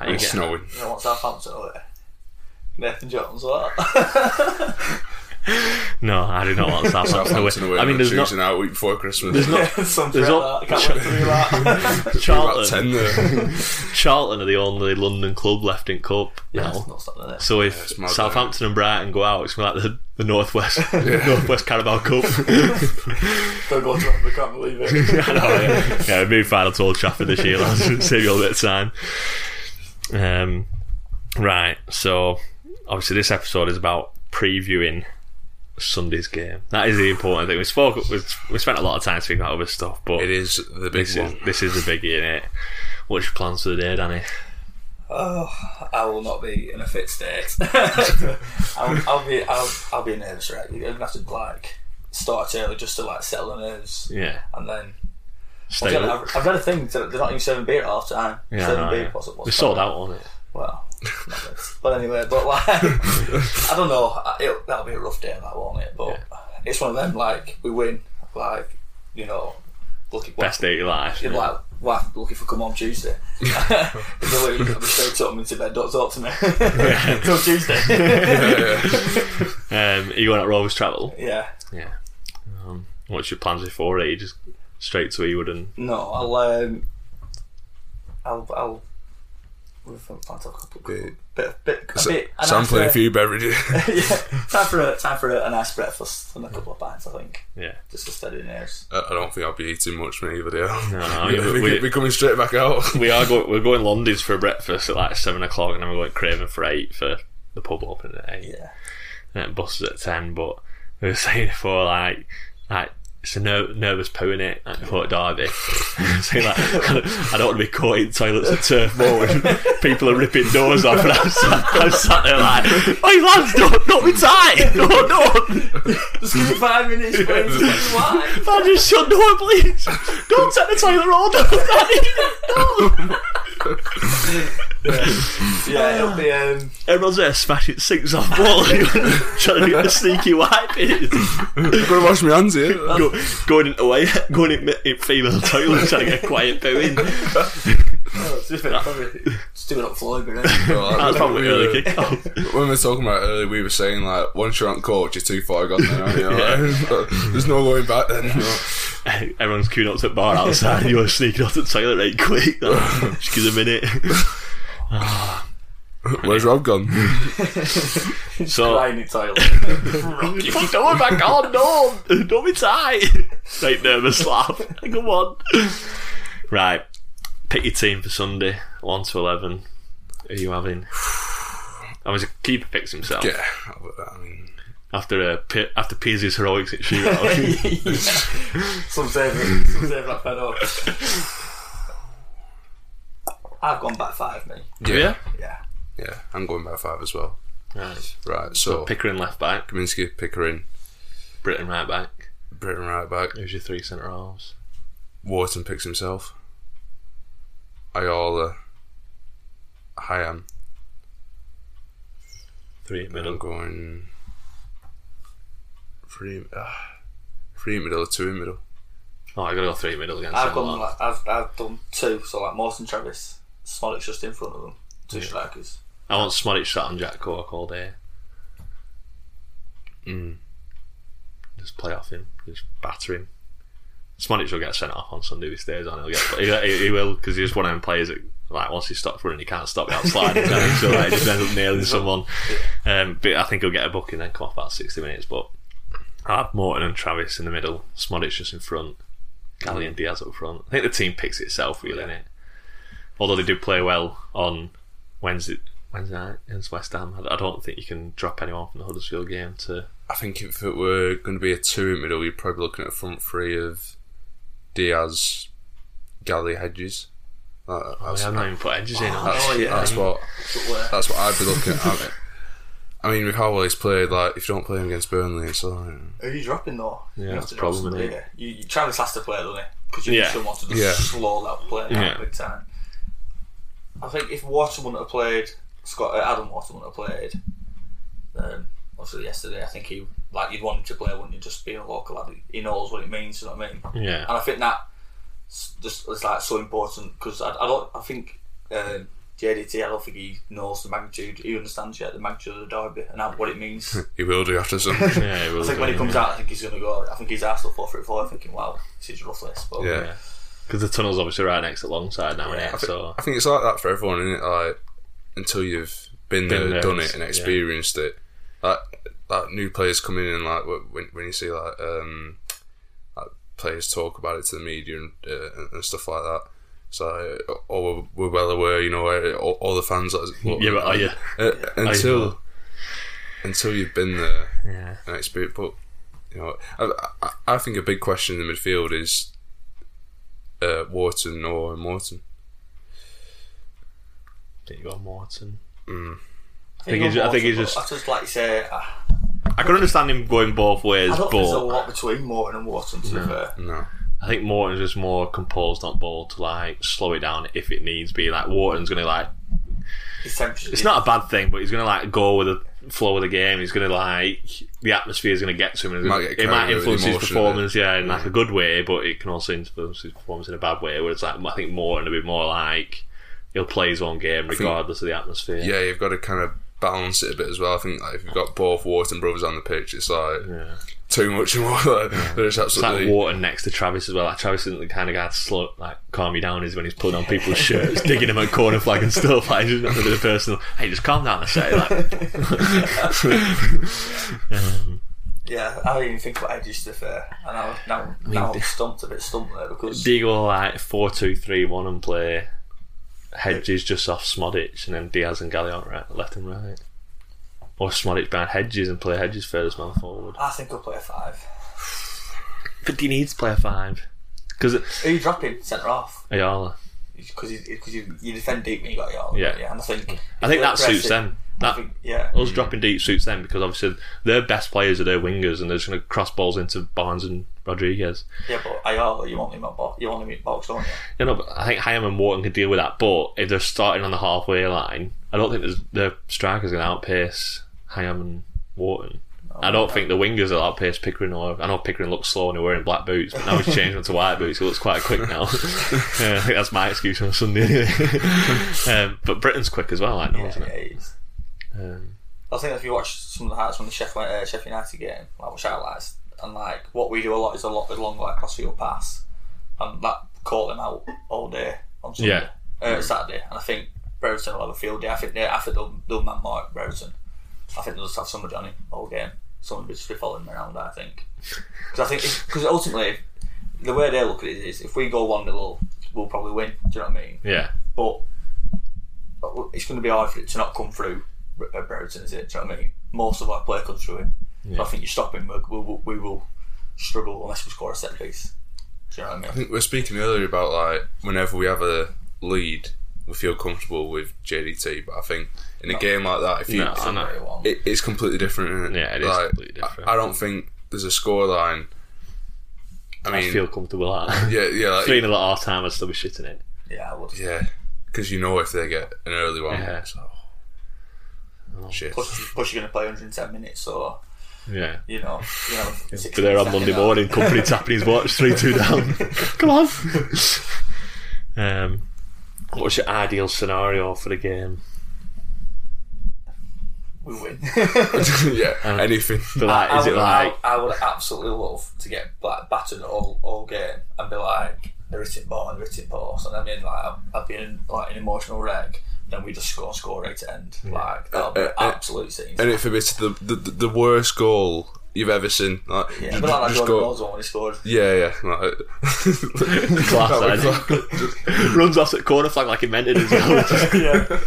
[SPEAKER 1] And you
[SPEAKER 3] It's
[SPEAKER 1] get-
[SPEAKER 3] snowing.
[SPEAKER 2] You know, what's Southampton away? Nathan Jones, what?
[SPEAKER 1] no, I do not want Southampton
[SPEAKER 3] Southampton
[SPEAKER 1] away.
[SPEAKER 3] away.
[SPEAKER 1] I mean, there's not
[SPEAKER 3] Tuesday night, week before Christmas.
[SPEAKER 1] there's not
[SPEAKER 2] Something like
[SPEAKER 1] all-
[SPEAKER 2] that. Can't wait to hear that.
[SPEAKER 3] about
[SPEAKER 1] Charlton.
[SPEAKER 3] ten there.
[SPEAKER 1] Charlton are the only London club left in cup now.
[SPEAKER 2] It's not something there.
[SPEAKER 1] So if
[SPEAKER 3] it's mad,
[SPEAKER 1] Southampton and Brighton go out, it's gonna be like the, the Northwest Northwest Carabao Cup.
[SPEAKER 2] They're going to they can't believe it.
[SPEAKER 1] I know, yeah. yeah, move final to Old Trafford this year, lads. Save you all a bit of time. Um, right, so obviously this episode is about previewing Sunday's game. That is the important thing. We spoke, we, we spent a lot of time speaking about other stuff, but
[SPEAKER 3] It is the big
[SPEAKER 1] this is
[SPEAKER 3] one.
[SPEAKER 1] this is the biggie in it. What's your plans for the day, Danny?
[SPEAKER 2] oh, I will not be in a fit state. I'll, I'll be, I'll, I'll be nervous, right? You're gonna have to like start early just to like settle the nerves,
[SPEAKER 1] Yeah,
[SPEAKER 2] and then
[SPEAKER 1] stay.
[SPEAKER 2] I've, I've, I've read a thing that they're not even serving beer at half time.
[SPEAKER 1] yeah,
[SPEAKER 2] serving
[SPEAKER 1] no,
[SPEAKER 2] beer,
[SPEAKER 1] yeah.
[SPEAKER 2] what's it?
[SPEAKER 1] They
[SPEAKER 2] What's
[SPEAKER 1] sold out on it.
[SPEAKER 2] Well, not good. but anyway, but like, I don't know. I- It'll, that'll be a rough day, that won't it? But it's one of them. Like, we win. Like, you know, looking
[SPEAKER 1] Best day of your life.
[SPEAKER 2] You're
[SPEAKER 1] yeah.
[SPEAKER 2] like, wife looking for come on Tuesday. if they leave, I'll be straight up and into bed. Don't talk to me till Tuesday.
[SPEAKER 1] Um, are you going at Rovers Travel?
[SPEAKER 2] yeah.
[SPEAKER 1] Yeah. Um, what's your plans before it? You just straight to Ewood and
[SPEAKER 2] No, I'll. Um, I'll. I'll we've planned to have a couple,
[SPEAKER 3] Bit-
[SPEAKER 2] bit, bit, a bit. a
[SPEAKER 3] Sampling a
[SPEAKER 2] nice, uh,
[SPEAKER 3] few beverages.
[SPEAKER 2] yeah, time for a time for a, a nice breakfast and a couple of pints, I think,
[SPEAKER 1] yeah.
[SPEAKER 2] just to steady the nerves.
[SPEAKER 3] I I don't think I'll be eating much, mate, but yeah.
[SPEAKER 1] No,
[SPEAKER 3] we,
[SPEAKER 1] yeah, but
[SPEAKER 3] we,
[SPEAKER 1] we-
[SPEAKER 3] we're coming straight back out.
[SPEAKER 1] We are going. We're going London's for breakfast at like seven o'clock, and then we're going Craven for eight for the pub opening at eight.
[SPEAKER 2] Yeah.
[SPEAKER 1] And then buses at ten. But we were saying before, like, like it's a ner- nervous poo in it at Port Derby. so like, I don't want to be caught in toilets at Turf Moor when people are ripping doors off, and I'm sat, I'm sat there like, "Hey lads, don't, not be tight, no, don't."
[SPEAKER 2] Just give me five minutes, please. Why?
[SPEAKER 1] I just shut the door, please. Don't set the toilet roll down, Daddy. No.
[SPEAKER 2] Yeah, it'll be. Um,
[SPEAKER 1] Everyone's there smashing sinks off wall, trying to do the sneaky wipe.
[SPEAKER 3] I'm going to wash my hands here.
[SPEAKER 1] Go, going in away, going in, in female toilet, trying to get a quiet poo in.
[SPEAKER 2] oh, it's different, probably. Just do it up Floyd, but uh, then.
[SPEAKER 1] That's probably
[SPEAKER 3] we
[SPEAKER 1] early
[SPEAKER 3] were-
[SPEAKER 1] kick off.
[SPEAKER 3] When we were talking about it earlier, we were saying, like, once you're on court, you're too far gone then, aren't you? Like, There's no going back then. you know.
[SPEAKER 1] Everyone's queuing up to the bar outside. You're sneaking off to the toilet right quick. Like, Just give us a minute.
[SPEAKER 3] Where's Rob gone?
[SPEAKER 1] So,
[SPEAKER 2] Lying in toilet.
[SPEAKER 1] keep on going back on. No, don't be tight. Right, nervous laugh. Come on. Right, pick your team for Sunday, one to eleven. Who are you having? I was a keeper picks himself.
[SPEAKER 3] yeah. I mean,
[SPEAKER 1] after uh, P- after Paisley's heroics at shootout.
[SPEAKER 2] yeah. Some saving, some saving that fed up. I've gone back five, me.
[SPEAKER 1] Oh,
[SPEAKER 3] yeah. yeah.
[SPEAKER 2] Yeah.
[SPEAKER 3] I'm going by five as well.
[SPEAKER 1] Right.
[SPEAKER 3] Right, so,
[SPEAKER 1] Pickering left back,
[SPEAKER 3] Kaminsky, Pickering,
[SPEAKER 1] Britain right back.
[SPEAKER 3] Britain right back,
[SPEAKER 1] Who's your three centre halves?
[SPEAKER 3] Wharton picks himself, Ayala, Hayam,
[SPEAKER 1] Three at
[SPEAKER 3] Then I'm
[SPEAKER 1] middle.
[SPEAKER 3] going three, uh, three in middle, two in middle.
[SPEAKER 1] Oh, I gotta go three at middle against.
[SPEAKER 2] I've
[SPEAKER 1] them
[SPEAKER 2] gone.
[SPEAKER 1] lot.
[SPEAKER 2] Like, I've I've done two. So like Morton Travis, Smollett's just in front of them. Two strikers.
[SPEAKER 1] I want Smodic sat on Jack Cork all day. Hmm. Just play off him. Just batter him. Smodic will get sent off on Sunday. If he stays on. He'll get. He, he will because he's one of them players that like once he stops running, he can't stop without sliding. down, so like, he just ends up nailing someone. Um, but I think he'll get a book and then come off about sixty minutes. But I have Morton and Travis in the middle. Smodic just in front. Gally and Diaz up front. I think the team picks itself, really, innit? Although they did play well on Wednesday, Wednesday night against West Ham. I- I don't think you can drop anyone from the Huddersfield game to.
[SPEAKER 3] I think if it were going to be a two in middle, you're probably looking at a front three of Diaz, Galley, Hedges. That- that's,
[SPEAKER 1] I've not even put edges in.
[SPEAKER 3] that's,
[SPEAKER 2] Oh, yeah.
[SPEAKER 3] that's what
[SPEAKER 2] But where?
[SPEAKER 3] that's what I'd be looking at. I mean- I mean, with how he's played, like if you don't play him against Burnley, it's all right.
[SPEAKER 2] Who are you dropping though?
[SPEAKER 1] Yeah,
[SPEAKER 2] you have
[SPEAKER 1] that's
[SPEAKER 2] to
[SPEAKER 1] the
[SPEAKER 2] drop
[SPEAKER 1] problem,
[SPEAKER 2] somebody,
[SPEAKER 1] isn't
[SPEAKER 2] yeah. You, you, Travis has to play, doesn't he? Because you
[SPEAKER 1] Yeah.
[SPEAKER 2] just don't want to just
[SPEAKER 3] Yeah.
[SPEAKER 2] slow that play down
[SPEAKER 1] Yeah.
[SPEAKER 2] big time. I think if Water wouldn't have played Scott uh, Adam Water wouldn't have played. Um, obviously yesterday, I think he like you'd want him to play, wouldn't you? Just being a local lad, he knows what it means. You know what I mean?
[SPEAKER 1] Yeah.
[SPEAKER 2] And I think that s- just is like so important because I, I don't. I think um, JDT. I don't think he knows the magnitude. He understands yet the magnitude of the derby and how, what it means.
[SPEAKER 3] He will do after some.
[SPEAKER 1] Yeah, it
[SPEAKER 2] I
[SPEAKER 1] will
[SPEAKER 2] think
[SPEAKER 1] do,
[SPEAKER 2] when he
[SPEAKER 1] yeah.
[SPEAKER 2] comes out, I think he's going to go. I think he's asked for four for four, thinking, "Wow, this is ruthless." But
[SPEAKER 3] Yeah.
[SPEAKER 1] Yeah. Because the tunnel's obviously right next to Longside now,
[SPEAKER 2] Yeah,
[SPEAKER 1] innit?
[SPEAKER 2] I
[SPEAKER 1] So,
[SPEAKER 3] I think it's like that for everyone, isn't it? Like until you've been,
[SPEAKER 1] Been
[SPEAKER 3] there,
[SPEAKER 1] there,
[SPEAKER 3] done
[SPEAKER 1] it's-
[SPEAKER 3] it, and
[SPEAKER 1] yeah.
[SPEAKER 3] experienced it. Like, like new players come in and like wh- when, when you see like, um, like players talk about it to the media and uh, and- and stuff like that. So, uh, or we're we're well aware, you know, uh, all, all the fans. Like,
[SPEAKER 1] Yeah, but are you?
[SPEAKER 3] Uh, until
[SPEAKER 1] though?
[SPEAKER 3] until you've been there
[SPEAKER 1] yeah.
[SPEAKER 3] an experience. But you know, I, I, I think a big question in the midfield is uh, Wharton or Morton.
[SPEAKER 1] There you go, Morton.
[SPEAKER 2] Mm. I
[SPEAKER 1] think he's- I think he's just-
[SPEAKER 2] I just like you say. I,
[SPEAKER 1] I could understand him going both ways,
[SPEAKER 2] I don't think there's a
[SPEAKER 1] but
[SPEAKER 2] lot between Morton and Wharton. To be fair,
[SPEAKER 3] No,
[SPEAKER 1] I think Morton's just more composed on ball to like slow it down if it needs be. Like Wharton's gonna like
[SPEAKER 2] his temperature.
[SPEAKER 1] it's not a bad thing, but he's gonna like go with the flow of the game. He's gonna like the atmosphere is gonna get to him. And
[SPEAKER 3] Might get
[SPEAKER 1] it might
[SPEAKER 3] carried away with
[SPEAKER 1] influence his
[SPEAKER 3] emotion,
[SPEAKER 1] performance, yeah, in like a good way, but it can also influence his performance in a bad way. Whereas like I think Morton will be more like he'll play his own game regardless of the atmosphere.
[SPEAKER 3] yeah, you've got to kind of balance it a bit as well. I think like if you've got both Wharton brothers on the pitch, it's like
[SPEAKER 1] Yeah.
[SPEAKER 3] too much and all that. They're
[SPEAKER 1] It's
[SPEAKER 3] just
[SPEAKER 1] like
[SPEAKER 3] absolutely.
[SPEAKER 1] Wharton next to Travis as well. Like Travis isn't the kind of guy to slow, like calm you down. Is when he's pulling on people's shirts, digging them at corner flag and stuff. Like he's not a bit of personal. Hey, just calm down. I say like
[SPEAKER 2] Yeah, I didn't even think about edges to be fair, and I, now now I'm stumped a bit stumped there because
[SPEAKER 1] Deagle like four two three one and play Hedges just off Smodic and then Diaz and Gallion right left and right, or Smodic behind Hedges and play Hedges furthest man forward.
[SPEAKER 2] I think I'll play a five.
[SPEAKER 1] But he needs to play a five because
[SPEAKER 2] Who you dropping centre off?
[SPEAKER 1] Ayala.
[SPEAKER 2] Because because you, you defend deep when you got your
[SPEAKER 1] Yeah.
[SPEAKER 2] yeah. And I think
[SPEAKER 1] I think that
[SPEAKER 2] press
[SPEAKER 1] suits
[SPEAKER 2] it,
[SPEAKER 1] them.
[SPEAKER 2] I
[SPEAKER 1] That
[SPEAKER 2] think, yeah.
[SPEAKER 1] us dropping deep suits them because obviously their best players are their wingers and they're just going to cross balls into Barnes and Rodriguez.
[SPEAKER 2] Yeah, but Ayala, you want him at box, you want him at box, don't you?
[SPEAKER 1] You know, but I think Hyam and Wharton can deal with that. But if they're starting on the halfway line, I don't think there's, their strikers going to outpace Hyam and Wharton. I don't think the wingers will outpace Pickering. Or I know Pickering looks slow and he's wearing black boots, but now he's changed them to white boots. He looks quite quick now. yeah, I think that's my excuse on a Sunday. anyway. um, but Britain's quick as well, I know, isn't
[SPEAKER 2] Yeah,
[SPEAKER 1] it?
[SPEAKER 2] yeah, he is.
[SPEAKER 1] Um,
[SPEAKER 2] I think if you watch some of the highlights from the Sheffield uh, Sheffield United game, like which highlights, and like what we do a lot is a lot of long like crossfield pass, and that caught them out all day on Sunday,
[SPEAKER 1] Yeah.
[SPEAKER 2] uh, Saturday, and I think Brereton will have a field day. I think they, I think they'll, they'll man mark Brereton. I think they'll just have somebody on him all game. Someone will just be following him around. I think because I think because ultimately the way they look at it is if we go one 0 we'll probably win. Do you know what I mean?
[SPEAKER 1] yeah.
[SPEAKER 2] but it's going to be hard for it to not come through Bre- uh, Brereton, is it? Do you know what I mean? Most of our play comes through him. So I think you stop him, we, we, we will struggle unless we score a set piece. Do you know what I
[SPEAKER 3] I
[SPEAKER 2] mean?
[SPEAKER 3] think we were speaking earlier about like whenever we have a lead, we feel comfortable with JDT. But I think in a game like that, if you
[SPEAKER 1] No, I know.
[SPEAKER 2] Very well.
[SPEAKER 3] it, it's completely different. Isn't it?
[SPEAKER 1] Yeah, it is
[SPEAKER 3] Like,
[SPEAKER 1] completely different.
[SPEAKER 3] I, I don't think there's a scoreline. I
[SPEAKER 1] I
[SPEAKER 3] mean,
[SPEAKER 1] feel comfortable at that.
[SPEAKER 3] yeah, yeah, like,
[SPEAKER 1] Three 0 at half time, I'd still be shitting it.
[SPEAKER 2] yeah, I would.
[SPEAKER 3] yeah, because you know if they get an early one,
[SPEAKER 1] Yeah.
[SPEAKER 3] so
[SPEAKER 2] Oh,
[SPEAKER 3] shit.
[SPEAKER 2] Plus, plus, you're going to play 110 minutes, so
[SPEAKER 1] Yeah.
[SPEAKER 2] you know, you know.
[SPEAKER 1] But they're on Monday morning, company tapping his watch, 3 2 down. Come on! um, what's your ideal scenario for the game?
[SPEAKER 2] we win.
[SPEAKER 3] yeah,
[SPEAKER 1] Um,
[SPEAKER 3] anything.
[SPEAKER 1] But like, is
[SPEAKER 2] I
[SPEAKER 1] it
[SPEAKER 2] would,
[SPEAKER 1] like.
[SPEAKER 2] I, I would absolutely love to get like battered all, all game and be like they're hitting ball and they're hitting post, and I mean like I'd- I'd be in like an emotional wreck. Then we just score, score right to end. Like that'll be
[SPEAKER 3] Uh, uh, uh,
[SPEAKER 2] absolute scene.
[SPEAKER 3] And it forbids the, the the worst goal you've ever seen. Like,
[SPEAKER 2] Yeah,
[SPEAKER 3] ju-
[SPEAKER 2] but like that
[SPEAKER 3] just
[SPEAKER 2] Jordan
[SPEAKER 3] go-
[SPEAKER 2] Rhodes one when he scored.
[SPEAKER 3] Yeah, yeah. Like,
[SPEAKER 1] Class, eh?
[SPEAKER 3] That was
[SPEAKER 1] I
[SPEAKER 3] class.
[SPEAKER 1] runs off at corner flag like he meant it as well.
[SPEAKER 2] yeah,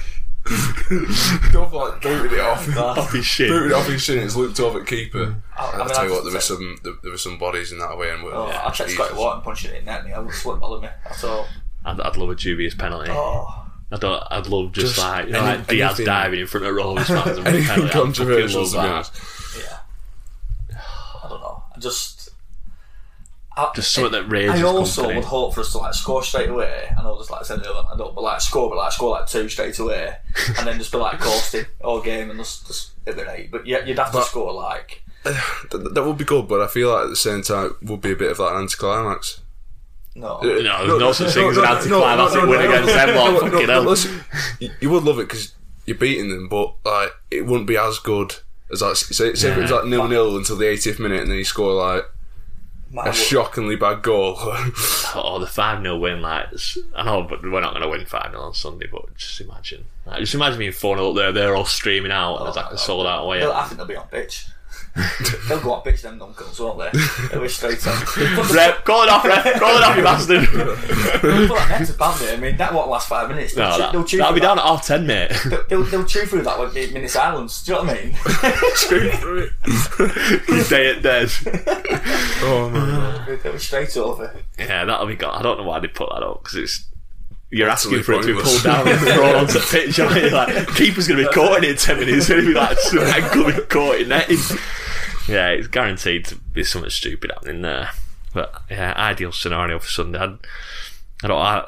[SPEAKER 3] Don't like booted it off.
[SPEAKER 1] off his
[SPEAKER 3] booted
[SPEAKER 1] shin.
[SPEAKER 3] it off his shin. It's looped over at
[SPEAKER 1] Mm.
[SPEAKER 3] keeper. I,
[SPEAKER 2] I- I
[SPEAKER 3] will
[SPEAKER 2] mean,
[SPEAKER 3] tell you
[SPEAKER 2] I-
[SPEAKER 3] what, there were some there, there were some bodies in that away, and we're,
[SPEAKER 2] oh, I checked Scotty Watt and punching it in that, and I wouldn't slip bother me at all.
[SPEAKER 1] I'd, I'd love a dubious penalty.
[SPEAKER 2] Oh,
[SPEAKER 1] I don't, I'd love just,
[SPEAKER 3] Just
[SPEAKER 1] like, you know,
[SPEAKER 3] any-
[SPEAKER 1] like Diaz
[SPEAKER 3] anything-
[SPEAKER 1] diving in front of Rovers fans. and penalty. I'd
[SPEAKER 3] Anything
[SPEAKER 1] fucking
[SPEAKER 3] controversial,
[SPEAKER 1] love
[SPEAKER 3] to be
[SPEAKER 1] that.
[SPEAKER 3] honest.
[SPEAKER 2] yeah. I don't know. I just, I,
[SPEAKER 1] Just something that raises
[SPEAKER 2] I also
[SPEAKER 1] company.
[SPEAKER 2] would hope for us to like score straight away. I know, just like I said earlier, I don't, but like score, but like score like two straight away, and then just be like coasting all game and just, just hit the eight. But yeah, you'd have to score like
[SPEAKER 3] That, that would be good, but I feel like at the same time would be a bit of like an anticlimax.
[SPEAKER 2] no.
[SPEAKER 1] No, there's no such thing as an
[SPEAKER 3] no, no,
[SPEAKER 1] anticlimax
[SPEAKER 3] no,
[SPEAKER 1] and
[SPEAKER 3] no,
[SPEAKER 1] win
[SPEAKER 3] no,
[SPEAKER 1] against
[SPEAKER 3] no,
[SPEAKER 1] them.
[SPEAKER 3] no,
[SPEAKER 1] Like,
[SPEAKER 3] no,
[SPEAKER 1] fucking
[SPEAKER 3] no,
[SPEAKER 1] hell.
[SPEAKER 3] listen, you- you would love it because you're beating them, but like it wouldn't be as good as like say, say if it was like nil nil until the 80th minute, and then you score like
[SPEAKER 2] My
[SPEAKER 3] a
[SPEAKER 2] word.
[SPEAKER 3] shockingly bad goal.
[SPEAKER 1] Or the 5 0 win, like, it's- I know, but we're not going to win 5 0 on Sunday, but just imagine. Like, just imagine being 4 0 up there, they're all streaming out, and it's like a sold out away.
[SPEAKER 2] They'll- I think they'll be on pitch. they'll go on pitch them dunkers, won't they? They'll be straight on.
[SPEAKER 1] Rep, call it off, rep, call it off, you bastard.
[SPEAKER 2] They'll put that net to ban there. I mean, that won't last five minutes. They'll,
[SPEAKER 1] No,
[SPEAKER 2] chew-
[SPEAKER 1] that,
[SPEAKER 2] they'll chew
[SPEAKER 1] that'll be
[SPEAKER 2] through
[SPEAKER 1] down at half 10, mate.
[SPEAKER 2] that- They'll, they'll chew through that with eight minutes silence. Do you know what I mean?
[SPEAKER 1] you day it dead.
[SPEAKER 3] oh my god.
[SPEAKER 2] they'll be straight over.
[SPEAKER 1] Yeah, that'll be gone. I don't know why they put that up, because it's. You're
[SPEAKER 3] Utterly
[SPEAKER 1] asking for it to be pulled
[SPEAKER 3] pointless.
[SPEAKER 1] down and thrown onto the pitch, aren't you? Like, keeper's going to be caught in it in 10 minutes. He's going to be like, some ankle being caught in it. Yeah, it's guaranteed to be something stupid happening there. But, yeah, ideal scenario for Sunday. I'd, I don't know. I,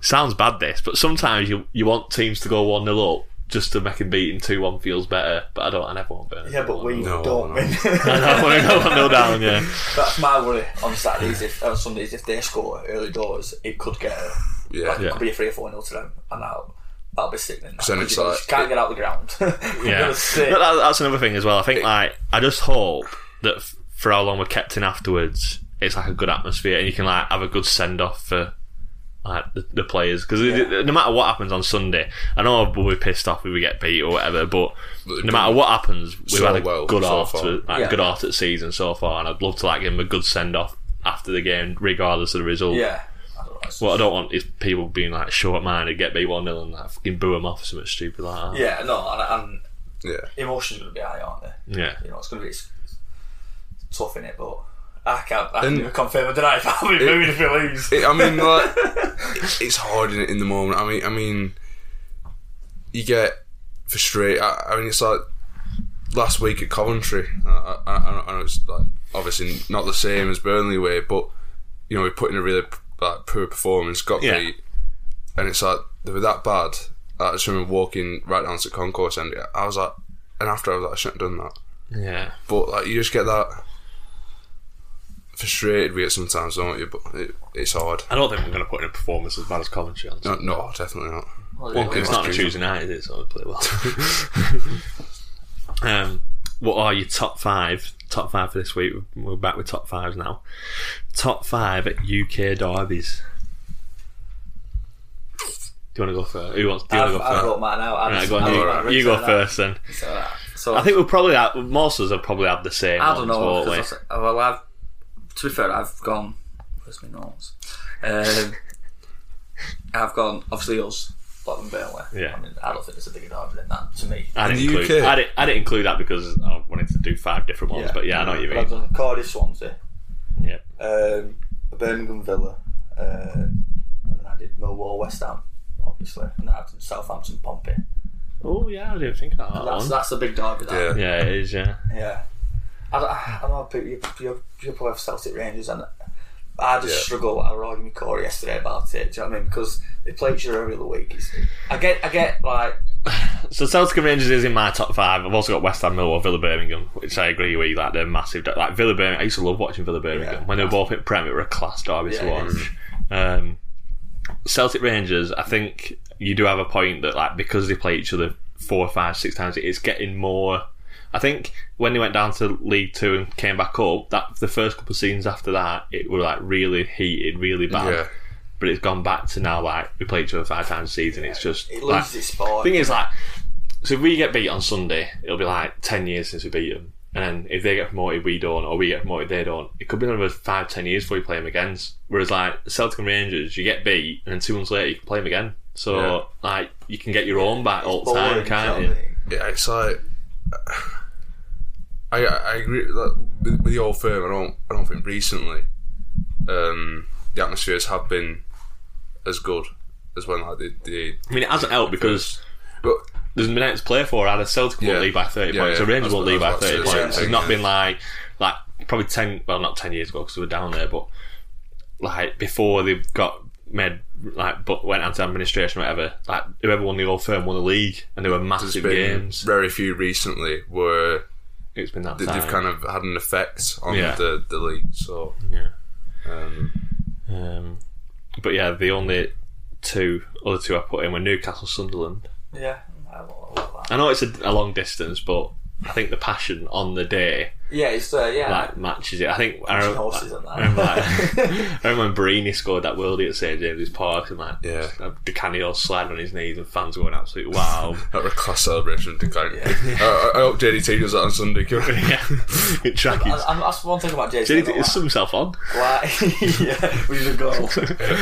[SPEAKER 1] sounds bad, this, but sometimes you you want teams to go 1 0 up just to make them beating 2 1 feels better. But I don't, I never want Burnley.
[SPEAKER 2] Yeah, but we
[SPEAKER 3] No,
[SPEAKER 2] don't
[SPEAKER 3] no.
[SPEAKER 2] win.
[SPEAKER 1] I don't want to go 1 0 down, yeah.
[SPEAKER 2] That's my worry on Saturdays if on Sundays if they score early doors, it could get
[SPEAKER 3] Yeah.
[SPEAKER 2] it could be a three or four nil to them, and that'll that'll be sickening.
[SPEAKER 3] So then it's
[SPEAKER 2] You
[SPEAKER 3] like-
[SPEAKER 2] just can't get out the ground.
[SPEAKER 1] yeah.
[SPEAKER 2] You're sick.
[SPEAKER 1] But that, that's another thing as well. I think like I just hope that f- for how long we're kept in afterwards, it's like a good atmosphere and you can like have a good send off for like the, the players because no matter what happens on Sunday, I know we'll be pissed off if we get beat or whatever, but no matter what happens, we've
[SPEAKER 3] So
[SPEAKER 1] had a
[SPEAKER 3] well
[SPEAKER 1] good
[SPEAKER 3] so
[SPEAKER 1] half
[SPEAKER 3] far.
[SPEAKER 1] to like,
[SPEAKER 2] Yeah.
[SPEAKER 1] good half to the season so far, and I'd love to like give them a good send off after the game, regardless of the result.
[SPEAKER 2] yeah. I don't know, it's-
[SPEAKER 1] What I don't want is people being like short minded, get beat one 0 and like fucking boo them off or something stupid like that.
[SPEAKER 2] Yeah, no, and, and
[SPEAKER 3] Yeah.
[SPEAKER 2] emotions are going to be high, aren't they?
[SPEAKER 1] Yeah.
[SPEAKER 2] You know, it's going to be it's, it's tough in it, but I can't. I can
[SPEAKER 3] And-
[SPEAKER 2] neither confirm or deny if I'll be moving if we lose.
[SPEAKER 3] It, I mean, like, it's hard in it in the moment. I mean, I mean, you get frustrated. I, I mean, it's like last week at Coventry. I, I, I, know- I know it's like obviously not the same as Burnley way, but you know we put in a really like poor performance, got
[SPEAKER 1] Yeah.
[SPEAKER 3] beat, and it's like they were that bad. I just remember walking right down to the concourse, and I was like, and after I was like, I shouldn't have done that.
[SPEAKER 1] Yeah.
[SPEAKER 3] But like, you just get that. Frustrated with it sometimes, don't you? But it, it's hard.
[SPEAKER 1] I don't think we're going to put in a performance as bad as Coventry on.
[SPEAKER 3] No, no, definitely not.
[SPEAKER 1] Well, it's not a Tuesday night, is it? So we play well. um, what are your top five? Top five for this week. We're back with top fives now. Top five UK derbies. Do you want to go first? Who wants? Do you want
[SPEAKER 2] I've,
[SPEAKER 1] to go
[SPEAKER 2] I've
[SPEAKER 1] first?
[SPEAKER 2] wrote mine out. I've
[SPEAKER 1] Right,
[SPEAKER 2] just-
[SPEAKER 1] go
[SPEAKER 2] I've
[SPEAKER 1] on, you,
[SPEAKER 2] got it
[SPEAKER 1] you go
[SPEAKER 2] written down.
[SPEAKER 1] first then.
[SPEAKER 2] So, uh, so
[SPEAKER 1] I think we'll probably have, most of us have probably had the same.
[SPEAKER 2] I
[SPEAKER 1] ones,
[SPEAKER 2] don't know.
[SPEAKER 1] won't
[SPEAKER 2] 'cause
[SPEAKER 1] we?
[SPEAKER 2] I said- well, I've to be fair, I've gone. Where's my notes? Um, I've gone. Obviously, us, Blackburn Burnley.
[SPEAKER 1] Yeah.
[SPEAKER 2] I mean, I don't think there's a bigger derby than that to me.
[SPEAKER 1] I didn't
[SPEAKER 3] the
[SPEAKER 1] include.
[SPEAKER 3] UK.
[SPEAKER 1] I didn't, I didn't include that because I wanted to do five different ones. But yeah, I know what you
[SPEAKER 2] But I've
[SPEAKER 1] mean.
[SPEAKER 2] done Cardiff, Swansea,
[SPEAKER 1] Yeah.
[SPEAKER 2] um, Birmingham Villa, um, and then I did Millwall, West Ham, obviously, and then I did Southampton, Pompey.
[SPEAKER 1] Oh yeah, I didn't think about that
[SPEAKER 2] That's
[SPEAKER 1] one.
[SPEAKER 2] that's the big derby. That.
[SPEAKER 3] Yeah.
[SPEAKER 1] Yeah, it is. Yeah.
[SPEAKER 2] Yeah. I, I, I know people, you, you, you probably have Celtic Rangers and I just
[SPEAKER 3] Yeah.
[SPEAKER 2] struggle. I were arguing with Corey yesterday about it. Do you know what I mean? Because they play each other every other week. It's, I get, I get like,
[SPEAKER 1] So Celtic and Rangers is in my top five. I've also got West Ham, Millwall, Villa Birmingham, which I agree with. Like they're massive. Like Villa Birmingham, I used to love watching Villa Birmingham
[SPEAKER 2] Yeah.
[SPEAKER 1] when they were both at Prem. It were a class derby to
[SPEAKER 2] Yeah, it
[SPEAKER 1] watch. Um, Celtic Rangers, I think you do have a point that like because they play each other four, five, six times, it's getting more. I think when they went down to League Two and came back up, that the first couple of seasons after that, it were like really heated, really bad.
[SPEAKER 3] Yeah.
[SPEAKER 1] But it's gone back to now like we play each other five times a season. It's just
[SPEAKER 2] it
[SPEAKER 1] like,
[SPEAKER 2] loses its spark.
[SPEAKER 1] thing is like so if we get beat on Sunday it'll be like 10 years since we beat them and then if they get promoted we don't or we get promoted they don't it could be another 5 10 years before you play them again whereas like Celtic and Rangers you get beat and then 2 months later you can play them again so
[SPEAKER 3] Yeah.
[SPEAKER 1] like you can get your own back all the time
[SPEAKER 2] boring, do
[SPEAKER 1] can't
[SPEAKER 2] you
[SPEAKER 1] you
[SPEAKER 2] know what I mean?
[SPEAKER 3] Yeah, it's like I I I agree like, with, with the old firm. I don't I don't think recently um, the atmospheres have been as good as when like the, the
[SPEAKER 1] I mean it hasn't helped because
[SPEAKER 3] but
[SPEAKER 1] there's been out to play for. Either Celtic won't
[SPEAKER 3] Yeah.
[SPEAKER 1] lead by 30
[SPEAKER 3] Yeah,
[SPEAKER 1] points, or
[SPEAKER 3] yeah.
[SPEAKER 1] Rangers
[SPEAKER 3] That's
[SPEAKER 1] won't
[SPEAKER 3] what-
[SPEAKER 1] lead by
[SPEAKER 3] that's what
[SPEAKER 1] 30
[SPEAKER 3] I was about to
[SPEAKER 1] points.
[SPEAKER 3] say,
[SPEAKER 1] It's
[SPEAKER 3] yeah.
[SPEAKER 1] not
[SPEAKER 3] Yeah.
[SPEAKER 1] been like like probably ten, well, not ten years ago because we were down there, but like before they got made, like but went out to administration, or whatever. Like whoever won the old firm won the league, and they were massive
[SPEAKER 3] been
[SPEAKER 1] games.
[SPEAKER 3] very few recently where
[SPEAKER 1] It's been that
[SPEAKER 3] th-
[SPEAKER 1] time.
[SPEAKER 3] they've kind of had an effect on
[SPEAKER 1] Yeah.
[SPEAKER 3] the, the league. So
[SPEAKER 1] yeah.
[SPEAKER 3] um,
[SPEAKER 1] Um, but yeah, the only two other two I put in were Newcastle, Sunderland.
[SPEAKER 2] Yeah. I will- I will-
[SPEAKER 1] I know it's a, a long distance, but I think the passion on the day
[SPEAKER 2] Yeah, it's uh, yeah.
[SPEAKER 1] like matches it. I think I, rem-
[SPEAKER 2] horses and that.
[SPEAKER 1] I remember, like, I remember when Brini scored that worldie at St James's Park and like
[SPEAKER 3] Yeah.
[SPEAKER 1] the candy all sliding on his knees and fans going absolute wow.
[SPEAKER 3] that was a class celebration. To kind of, I, I hope JDT does that on Sunday. can we?
[SPEAKER 1] yeah, it track
[SPEAKER 2] I,
[SPEAKER 1] is.
[SPEAKER 2] I, that's one thing about Jason.
[SPEAKER 1] Did he sum himself on?
[SPEAKER 2] Like, yeah, we did a goal.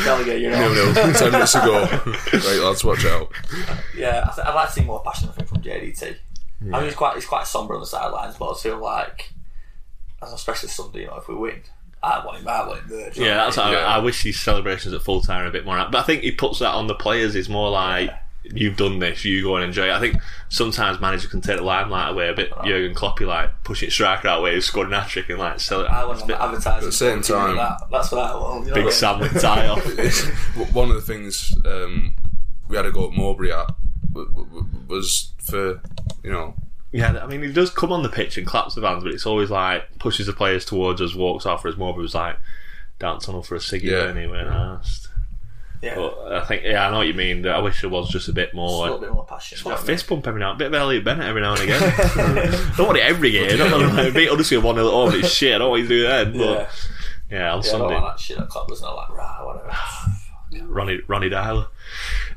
[SPEAKER 2] Delegate, you know.
[SPEAKER 3] Nil nil, ten minutes ago. Right, lads, watch out.
[SPEAKER 2] Yeah, I th- I'd like to see more passion I think, from JDT. I mean, it's quite it's quite somber on the sidelines, but I feel like, as especially Sunday, you know, if we win, I want him. I want him there. do you know
[SPEAKER 1] Yeah,
[SPEAKER 2] what I
[SPEAKER 1] that's.
[SPEAKER 2] mean?
[SPEAKER 1] what I-
[SPEAKER 3] Yeah.
[SPEAKER 1] I, wish his celebrations at full time are a bit more. out- But I think he puts that on the players. It's more like you've done this, you go and enjoy it. I think sometimes managers can take the limelight away a bit. Jurgen Klopp, he, like pushing striker out way, who scored an hat trick and like sell it.
[SPEAKER 2] I want him advertising. At
[SPEAKER 3] the same time-
[SPEAKER 2] that. that's what I want. You know
[SPEAKER 1] Big
[SPEAKER 2] what I
[SPEAKER 1] Sam with tie off.
[SPEAKER 3] W- One of the things um, we had to go at Mowbray at w- w- was for you know
[SPEAKER 1] Yeah, I mean, he does come on the pitch and claps the fans, but it's always like pushes the players towards us, walks off as Morby was like down tunnel for a ciggy
[SPEAKER 3] Yeah.
[SPEAKER 1] yeah. anyway and asked.
[SPEAKER 2] mean? Yeah,
[SPEAKER 1] But I think, yeah, I know what you mean. that I wish there was just a bit
[SPEAKER 2] a
[SPEAKER 1] more.
[SPEAKER 2] little bit more passion.
[SPEAKER 1] Just want a
[SPEAKER 2] don't you?
[SPEAKER 1] fist pump every now and bit of Elliot Bennett every now and again. don't want it every game. Don't want to like, beat Huddersfield 1 0 home. It's shit. I don't want you to do that. But yeah,
[SPEAKER 2] Yeah,
[SPEAKER 1] on
[SPEAKER 2] yeah I don't
[SPEAKER 1] Sunday,
[SPEAKER 2] like that shit. That club was not like rah, whatever.
[SPEAKER 1] Ronnie, Ronnie Dyler.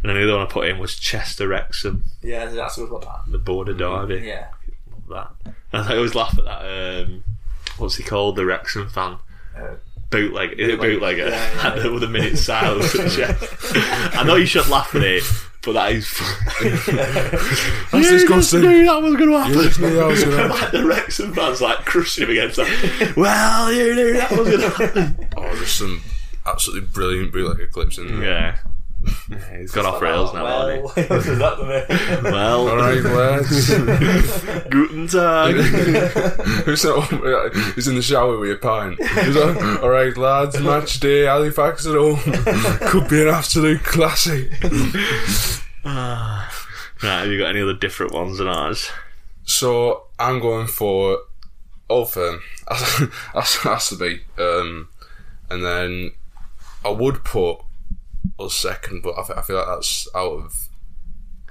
[SPEAKER 1] And then the other one I put in was Chester Wrexham,
[SPEAKER 2] Yeah, that's a good one. that.
[SPEAKER 1] the border derby.
[SPEAKER 2] Yeah,
[SPEAKER 1] that. And I always laugh at that. Um, what's he called? The Wrexham fan.
[SPEAKER 2] Uh,
[SPEAKER 1] Bootleg, is it bootlegger?
[SPEAKER 2] Yeah, yeah.
[SPEAKER 1] And then with a minute silence. yeah. I know you should laugh at it, but that is. That's
[SPEAKER 3] disgusting.
[SPEAKER 1] Knew that was going to happen.
[SPEAKER 3] just knew that was gonna happen.
[SPEAKER 1] like the Wrexham fans like crushing him against that. Well, you knew that was going to happen.
[SPEAKER 3] oh there's some absolutely brilliant bootlegger clips in there.
[SPEAKER 1] Yeah. Yeah, He's got off rails now,
[SPEAKER 2] well,
[SPEAKER 1] hasn't
[SPEAKER 2] what is that to
[SPEAKER 1] he?
[SPEAKER 2] me?
[SPEAKER 1] Well,
[SPEAKER 3] oh, All right, lads.
[SPEAKER 1] Guten Tag.
[SPEAKER 3] Who's that? one- uh, He's in the shower with a pint. He's like, all right, lads, match day, Halifax at home. Could be an absolute classic.
[SPEAKER 1] right, have you got any other different ones than ours?
[SPEAKER 3] So I'm going for Old Firm. That's has to be. Um, and then I would put us second, but I, fe- I feel like that's out of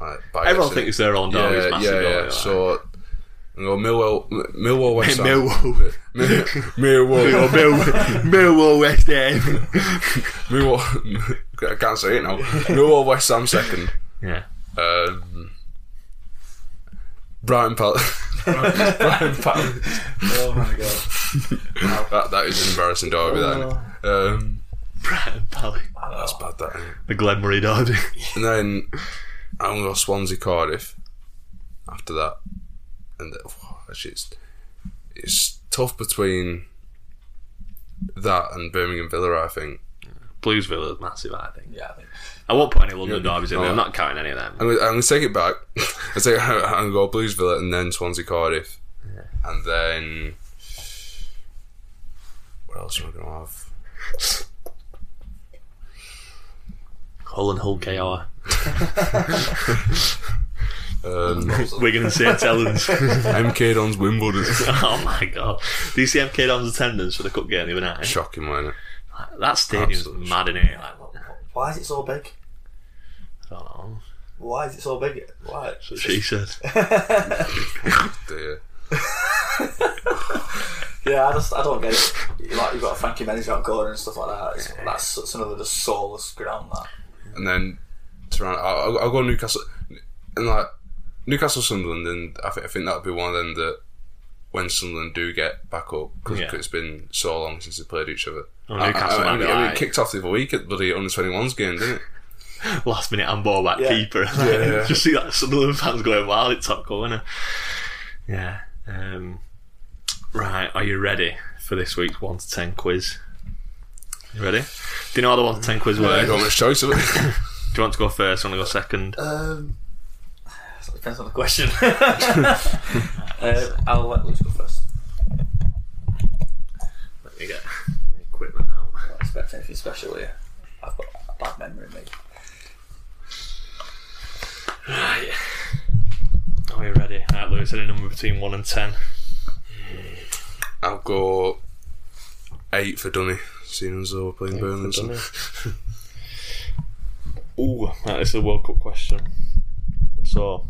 [SPEAKER 3] like bias.
[SPEAKER 1] Everyone thinks their own dog is
[SPEAKER 3] yeah,
[SPEAKER 1] massive.
[SPEAKER 3] yeah,
[SPEAKER 1] don't
[SPEAKER 3] yeah.
[SPEAKER 1] they, like?
[SPEAKER 3] So. I'm going Millwall, M- Millwall West Ham.
[SPEAKER 1] Millwall.
[SPEAKER 3] Millwall,
[SPEAKER 1] Millwall, Millwall West Ham.
[SPEAKER 3] Millwall. I can't say it now. Millwall West Ham second.
[SPEAKER 1] Yeah.
[SPEAKER 3] Um, Brighton Palace. Brighton Palace.
[SPEAKER 2] oh my god.
[SPEAKER 3] That, that is an embarrassing derby, that. isn't it?
[SPEAKER 1] Oh.
[SPEAKER 3] Um,
[SPEAKER 1] Brighton Pally.
[SPEAKER 3] that's bad, that. Isn't it?
[SPEAKER 1] The Glenmurray Derby.
[SPEAKER 3] And then I'm going to Swansea Cardiff after that. And then- oh, actually, it's, it's tough between that and Birmingham Villa, I think.
[SPEAKER 1] Blues Villa is massive, I think.
[SPEAKER 2] Yeah, I think.
[SPEAKER 1] I won't put any London derbies in
[SPEAKER 3] no.
[SPEAKER 1] there. I'm not counting any of them.
[SPEAKER 3] I'm going to, I'm going to take it back. I take, I'm going to go Blues Villa and then Swansea Cardiff. And then. What else am I going to have?
[SPEAKER 1] Hull and Hull KR.
[SPEAKER 3] Um,
[SPEAKER 1] Wigan and St. Helens.
[SPEAKER 3] MK Don's Wimbledon.
[SPEAKER 1] oh my god. Do you see MK Don's attendance for the Cup game the other night?
[SPEAKER 3] Shocking, wasn't it?
[SPEAKER 1] That stadium's
[SPEAKER 3] Absolute
[SPEAKER 1] mad in here. Like,
[SPEAKER 2] Like, what- what- Why is it so big?
[SPEAKER 1] I don't know.
[SPEAKER 2] Why is it so big? Why?
[SPEAKER 1] That's what she said.
[SPEAKER 3] Dear.
[SPEAKER 2] Yeah, I just I don't get it. You Like you've got Frankie Mendes out corner and stuff like that. It's, that's it's another just soulless ground. That
[SPEAKER 3] And then Toronto. I'll, I'll go Newcastle. And like Newcastle Sunderland, and I, thi- I think that'll be one of them that when Sunderland do get back up, because
[SPEAKER 1] Yeah.
[SPEAKER 3] it's been so long since they played each other.
[SPEAKER 1] Oh,
[SPEAKER 3] I-
[SPEAKER 1] Newcastle
[SPEAKER 3] I, I,
[SPEAKER 1] might be
[SPEAKER 3] I mean,
[SPEAKER 1] alright.
[SPEAKER 3] it kicked off the other week at bloody under 21s game, didn't it?
[SPEAKER 1] Last minute handball back
[SPEAKER 2] Yeah.
[SPEAKER 1] keeper.
[SPEAKER 3] yeah.
[SPEAKER 1] Just see that Sunderland fans going wild at top corner. Yeah. Um, right, are you ready for this week's 1 to 10 quiz? You ready? Do you know how the 1 to 10 quiz
[SPEAKER 3] I
[SPEAKER 1] works?
[SPEAKER 3] don't have much choice of it.
[SPEAKER 1] Do you want to go first? Want to go second?
[SPEAKER 3] Uh,
[SPEAKER 2] um, so it depends on the question. Uh, um, I'll let Luke go first. expect anything special here. I've got a bad memory, mate.
[SPEAKER 4] Right.
[SPEAKER 1] Are you ready? Right, Lewis, any number between 1 and 10.
[SPEAKER 3] I'll go eight for Dunny, seeing as though we're playing Burnley. so-
[SPEAKER 1] Ooh, right, this is a World Cup question. So,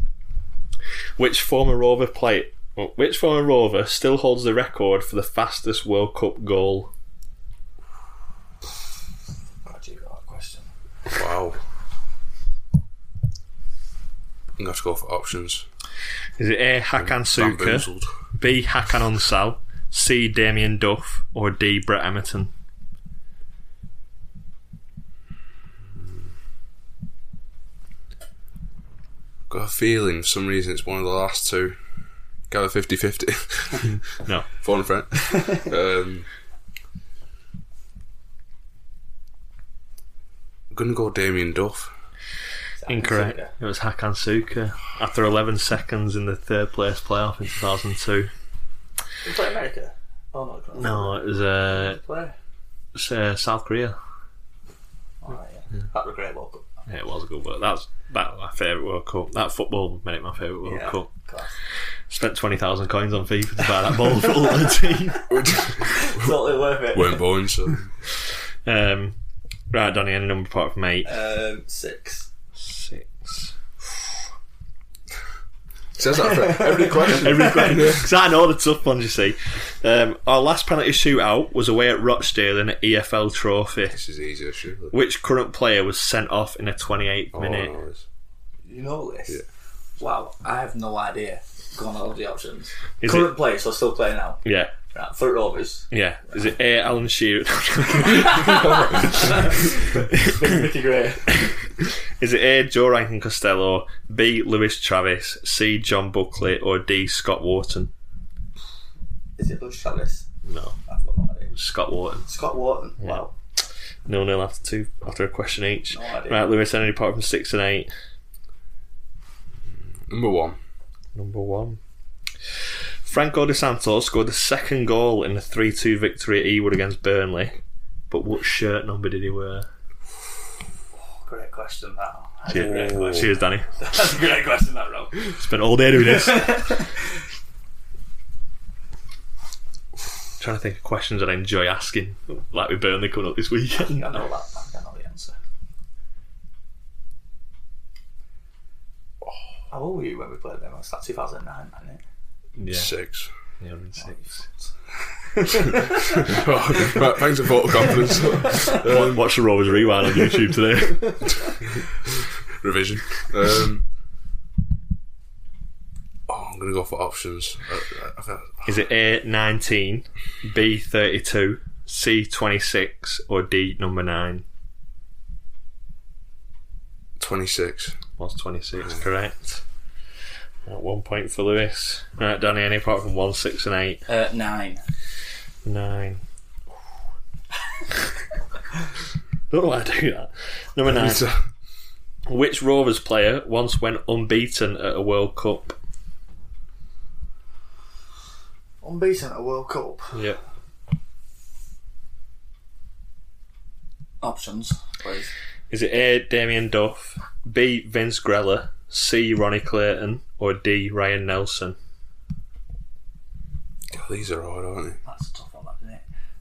[SPEAKER 1] which former Rover play? Which former Rover still holds the record for the fastest World Cup goal?
[SPEAKER 2] God, you got a question.
[SPEAKER 3] Wow. I'm going to have to go for options.
[SPEAKER 1] Is it A. Hakan Suka,
[SPEAKER 3] Bamboozled.
[SPEAKER 1] B. Hakan Onsal, C. Damien Duff, or D. Brett Emerton?
[SPEAKER 3] Got a feeling for some reason it's one of the last two. Go 50 50.
[SPEAKER 1] No,
[SPEAKER 3] Phone friend. um, I'm going to go Damien Duff.
[SPEAKER 1] incorrect.
[SPEAKER 2] Suka.
[SPEAKER 1] It was Hakan Suka after 11 seconds in the third place playoff in 2002.
[SPEAKER 2] You play America? Oh, no, God.
[SPEAKER 1] No, it was uh,
[SPEAKER 2] Play.
[SPEAKER 1] s- uh, South Korea.
[SPEAKER 2] Alright, yeah. That was a great World Cup.
[SPEAKER 1] Yeah, it was a good World. That's that was my favourite World Cup. That football made it my favourite World
[SPEAKER 2] Yeah.
[SPEAKER 1] Cup.
[SPEAKER 2] Class.
[SPEAKER 1] Spent twenty thousand coins on FIFA to buy that ball for all the team.
[SPEAKER 2] totally worth it.
[SPEAKER 3] Weren't born, so.
[SPEAKER 1] Um, right, Donny, any number apart from eight,
[SPEAKER 2] Um, six.
[SPEAKER 1] six.
[SPEAKER 3] Says that for every question.
[SPEAKER 1] Because I know the tough ones. You see, um, our last penalty shootout was away at Rochdale in an EFL Trophy.
[SPEAKER 3] This is easier, surely.
[SPEAKER 1] Which current player was sent off in a 28th
[SPEAKER 3] Oh,
[SPEAKER 1] minute?
[SPEAKER 3] no, it's-
[SPEAKER 2] You know this?
[SPEAKER 3] Yeah.
[SPEAKER 2] Wow, I have no idea. Gone all the options.
[SPEAKER 1] Is
[SPEAKER 2] Current
[SPEAKER 1] it?
[SPEAKER 2] player, so still playing now.
[SPEAKER 1] Yeah,
[SPEAKER 2] Right, for Rovers.
[SPEAKER 1] yeah. Is it A. Alan Shearer?
[SPEAKER 2] Mickey Gray.
[SPEAKER 1] Is it A. Joe Rankin Costello, B. Lewis Travis, C. John Buckley, or D. Scott Wharton?
[SPEAKER 2] Is it Lewis Travis?
[SPEAKER 1] No,
[SPEAKER 2] I've got no idea.
[SPEAKER 1] Scott Wharton.
[SPEAKER 2] Scott Wharton. Wow.
[SPEAKER 1] No nil after two after a question each.
[SPEAKER 2] No idea.
[SPEAKER 1] right, Lewis, any apart from six and eight?
[SPEAKER 3] Number one.
[SPEAKER 1] Number one. Franco De Santos scored the second goal in the 3 2 victory at Ewood against Burnley. But what shirt number did he wear?
[SPEAKER 2] Great question, that. That's a great
[SPEAKER 1] Cheers,
[SPEAKER 2] question.
[SPEAKER 1] Cheers Danny.
[SPEAKER 2] That's a great question, that, Rob.
[SPEAKER 1] Spent all day doing this. Trying to think of questions that I enjoy asking, like with Burnley coming up this weekend.
[SPEAKER 2] I know that. I think I know the answer. How old were you when we played them? It was like 2009, wasn't it?
[SPEAKER 1] Yeah,
[SPEAKER 3] Six.
[SPEAKER 1] yeah, I'm in six. Oh,
[SPEAKER 3] right, thanks for photo confidence.
[SPEAKER 1] Watch- Watch the Rovers rewind on YouTube today.
[SPEAKER 3] Revision. Um, oh, I'm going to go for options. Uh, I, I,
[SPEAKER 1] Is it A nineteen, B thirty two, C twenty six, or D number nine?
[SPEAKER 3] 26.
[SPEAKER 1] Was twenty six correct? Right, one point for Lewis. Right, Danny, any apart from one, six, and eight,
[SPEAKER 2] Uh, nine.
[SPEAKER 1] nine. Don't know why I do that. Number nine.
[SPEAKER 3] So,
[SPEAKER 1] Which Rovers player once went unbeaten at a World Cup?
[SPEAKER 2] Unbeaten at a World Cup.
[SPEAKER 1] Yep.
[SPEAKER 2] Options, please.
[SPEAKER 1] Is it A. Damien Duff, B. Vince Grella, C. Ronnie Clayton, or D. Ryan Nelson?
[SPEAKER 3] God, these are hard, aren't they?
[SPEAKER 2] That's a tough one, isn't it?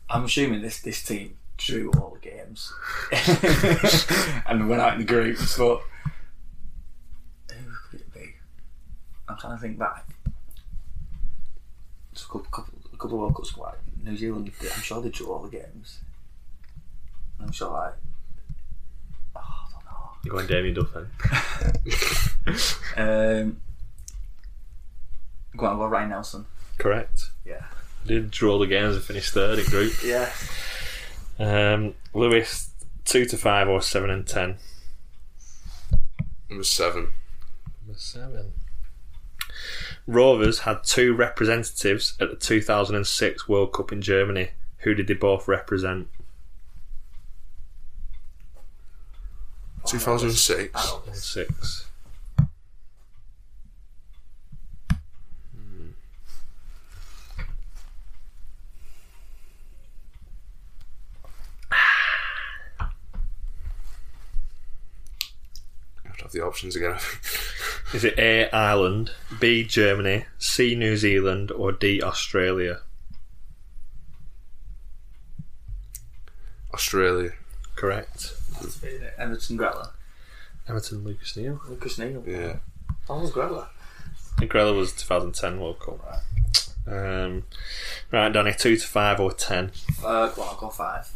[SPEAKER 2] I'm assuming this this team drew all the games and went out in the groups, but who could it be? I'm trying to think back. It's a couple, couple, a couple of World Cups, like New Zealand. I'm sure they drew all the games. And I'm sure, like, oh, I don't know.
[SPEAKER 1] You're going Damien Duff then?
[SPEAKER 2] Um, go on, go Ryan Nelson.
[SPEAKER 1] Correct.
[SPEAKER 2] Yeah.
[SPEAKER 1] Did draw the games and finished third in group.
[SPEAKER 2] Yeah.
[SPEAKER 1] Um, Lewis, two to five or seven and ten.
[SPEAKER 3] Number seven.
[SPEAKER 1] Number seven. Rovers had two representatives at the 2006 World Cup in Germany. Who did they both represent?
[SPEAKER 3] Oh, 2006.
[SPEAKER 1] Six.
[SPEAKER 3] have the options again.
[SPEAKER 1] Is it A Ireland, B Germany, C New Zealand, or D Australia?
[SPEAKER 3] Australia.
[SPEAKER 1] Correct.
[SPEAKER 2] Everton Grella.
[SPEAKER 1] Everton Lucas Neal.
[SPEAKER 2] Lucas Neal.
[SPEAKER 3] Yeah.
[SPEAKER 2] How was
[SPEAKER 1] I
[SPEAKER 2] Grella?
[SPEAKER 1] think Grella was 2010 World Cup. Um, right, Danny, two to five or ten.
[SPEAKER 2] Uh, go on, I'll go five.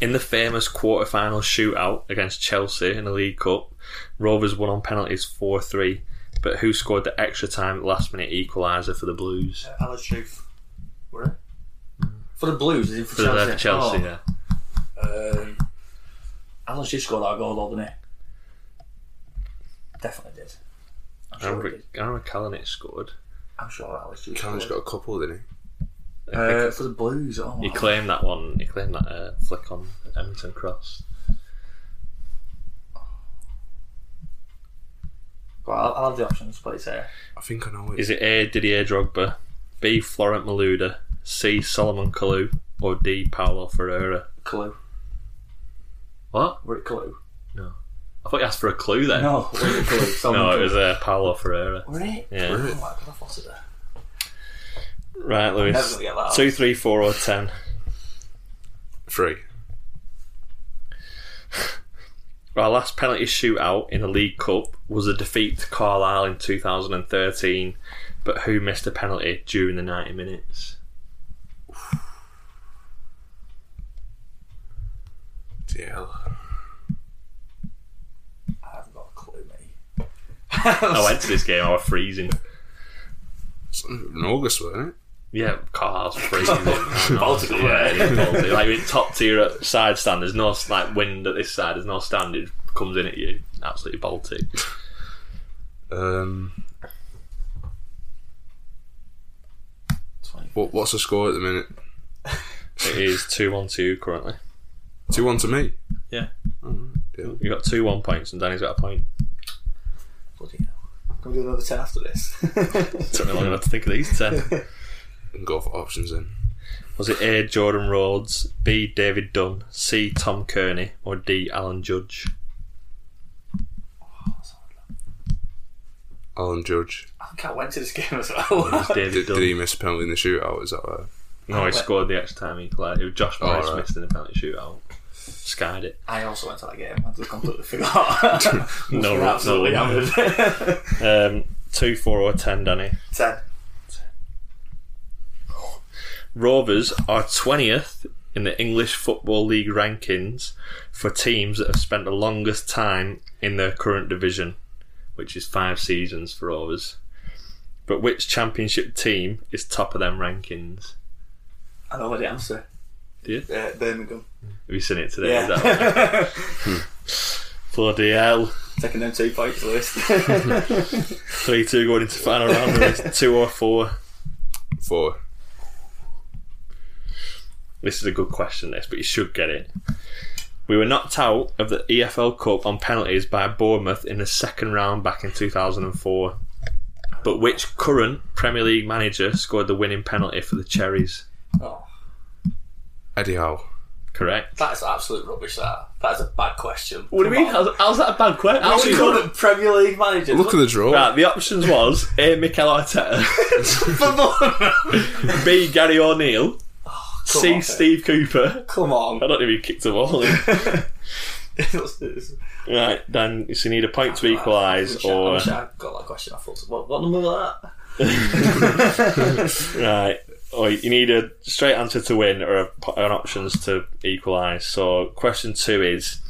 [SPEAKER 1] In the famous quarter-final shootout against Chelsea in the League Cup, Rovers won on penalties four-three. But who scored the extra time last-minute equaliser for the Blues?
[SPEAKER 2] Alice Truth. Were it? Mm. For the Blues, is it for
[SPEAKER 1] For
[SPEAKER 2] Chelsea?
[SPEAKER 1] the Chelsea, yeah.
[SPEAKER 2] Oh. Um, Alice Truth scored that goal, though, didn't he? Definitely did. I'm sure he
[SPEAKER 1] Aaron,
[SPEAKER 2] did.
[SPEAKER 1] Aaron Kalinic scored.
[SPEAKER 2] I'm sure Alice Truth
[SPEAKER 3] Callum's got
[SPEAKER 2] scored.
[SPEAKER 3] a couple, didn't he?
[SPEAKER 2] Uh, for the Blues, oh my
[SPEAKER 1] He claimed that one. He claimed that uh, flick on Edmonton Cross.
[SPEAKER 2] Well, I'll, I'll have the options, please. Uh,
[SPEAKER 3] I think I know it.
[SPEAKER 1] Is it A. Didier Drogba, B. Florent Maluda, C. Solomon Kalou, or D. Paolo Ferreira?
[SPEAKER 2] clue.
[SPEAKER 1] What?
[SPEAKER 2] Were it clue?
[SPEAKER 1] I thought you asked for a clue then.
[SPEAKER 2] No, were it clue? Someone
[SPEAKER 1] No, it
[SPEAKER 2] clue.
[SPEAKER 1] was uh, Paolo Ferreira.
[SPEAKER 2] Were it?
[SPEAKER 1] Yeah.
[SPEAKER 2] Oh my god, I thought it there.
[SPEAKER 1] Right,
[SPEAKER 2] Never
[SPEAKER 1] Lewis.
[SPEAKER 2] gonna get that.
[SPEAKER 1] Two, three, four, or ten.
[SPEAKER 3] Three.
[SPEAKER 1] Our last penalty shootout in the League Cup was a defeat to Carlisle in 2013, but who missed a penalty during the 90 minutes?
[SPEAKER 3] DL.
[SPEAKER 2] I haven't got a clue, mate.
[SPEAKER 1] I went to this game, I was freezing.
[SPEAKER 3] It's In August, wasn't it?
[SPEAKER 1] Yeah, Carlisle's freezing. Baltic, yeah, yeah, Baltic. Like, in top tier at side stand, there's no like wind at this side, there's no stand, it comes in at you. Absolutely Baltic.
[SPEAKER 3] Um,
[SPEAKER 2] 20.
[SPEAKER 3] what, what's the score at the minute?
[SPEAKER 1] It is 2 1 2 currently.
[SPEAKER 3] 2 1 to me.
[SPEAKER 1] Yeah.
[SPEAKER 3] DL.
[SPEAKER 1] You've got two 1 points, and Danny's got a point.
[SPEAKER 2] Bloody hell. Can we do another 10 after this?
[SPEAKER 1] Took me long enough to think of these 10.
[SPEAKER 3] And go for options then.
[SPEAKER 1] Was it A. Jordan Rhodes, B. David Dunn, C. Tom Kearney, or D. Alan Judge?
[SPEAKER 3] Alan Judge.
[SPEAKER 2] I think I went to this game as
[SPEAKER 1] It was
[SPEAKER 2] well.
[SPEAKER 1] David
[SPEAKER 3] Did,
[SPEAKER 1] Dunn.
[SPEAKER 3] did he miss a penalty in the shootout? Is that right?
[SPEAKER 1] no, he scored the extra time equaliser. It was Josh
[SPEAKER 3] Oh,
[SPEAKER 1] Morris
[SPEAKER 3] right.
[SPEAKER 1] missed in the penalty shootout. Skied it.
[SPEAKER 2] I also went to that game. I just completely forgot.
[SPEAKER 1] No,
[SPEAKER 2] We're absolutely
[SPEAKER 1] no.
[SPEAKER 2] hammered.
[SPEAKER 1] Um, 2 4 or 10, Danny.
[SPEAKER 2] 10.
[SPEAKER 1] Rovers are 20th in the English Football League rankings for teams that have spent the longest time in their current division, which is five seasons for Rovers. But which championship team is top of them rankings?
[SPEAKER 2] I know the answer.
[SPEAKER 1] Do you?
[SPEAKER 2] Uh, Birmingham.
[SPEAKER 1] Have you seen it today? Is that right?
[SPEAKER 2] Yeah.
[SPEAKER 1] Bloody hell.
[SPEAKER 2] Taking them two points, Lewis.
[SPEAKER 1] 3 2 going into final round. It's 2 or 4.
[SPEAKER 3] Four.
[SPEAKER 1] This is a good question, this, but you should get it. We were knocked out of the EFL Cup on penalties by Bournemouth in the second round back in 2004. But which current Premier League manager scored the winning penalty for the Cherries?
[SPEAKER 2] oh,
[SPEAKER 3] Eddie Howe.
[SPEAKER 1] Correct.
[SPEAKER 2] that's absolute rubbish, that. That's a bad question.
[SPEAKER 1] How's that a bad question?
[SPEAKER 2] Actually, current Premier League manager.
[SPEAKER 3] Look at the draw.
[SPEAKER 1] Right, the options was A. Mikel Arteta, B. Gary O'Neill, C.
[SPEAKER 2] on,
[SPEAKER 1] Steve Cooper.
[SPEAKER 2] Come
[SPEAKER 1] I
[SPEAKER 2] on.
[SPEAKER 1] don't even kicked a ball in.
[SPEAKER 2] It's- it's-
[SPEAKER 1] Right, then so you need a point to
[SPEAKER 2] I
[SPEAKER 1] equalise,
[SPEAKER 2] wish I- I
[SPEAKER 1] or
[SPEAKER 2] wish I got that question. I thought, what, what number was that?
[SPEAKER 1] right, or you need a straight answer to win, or a, po- an options to equalise. So question two is: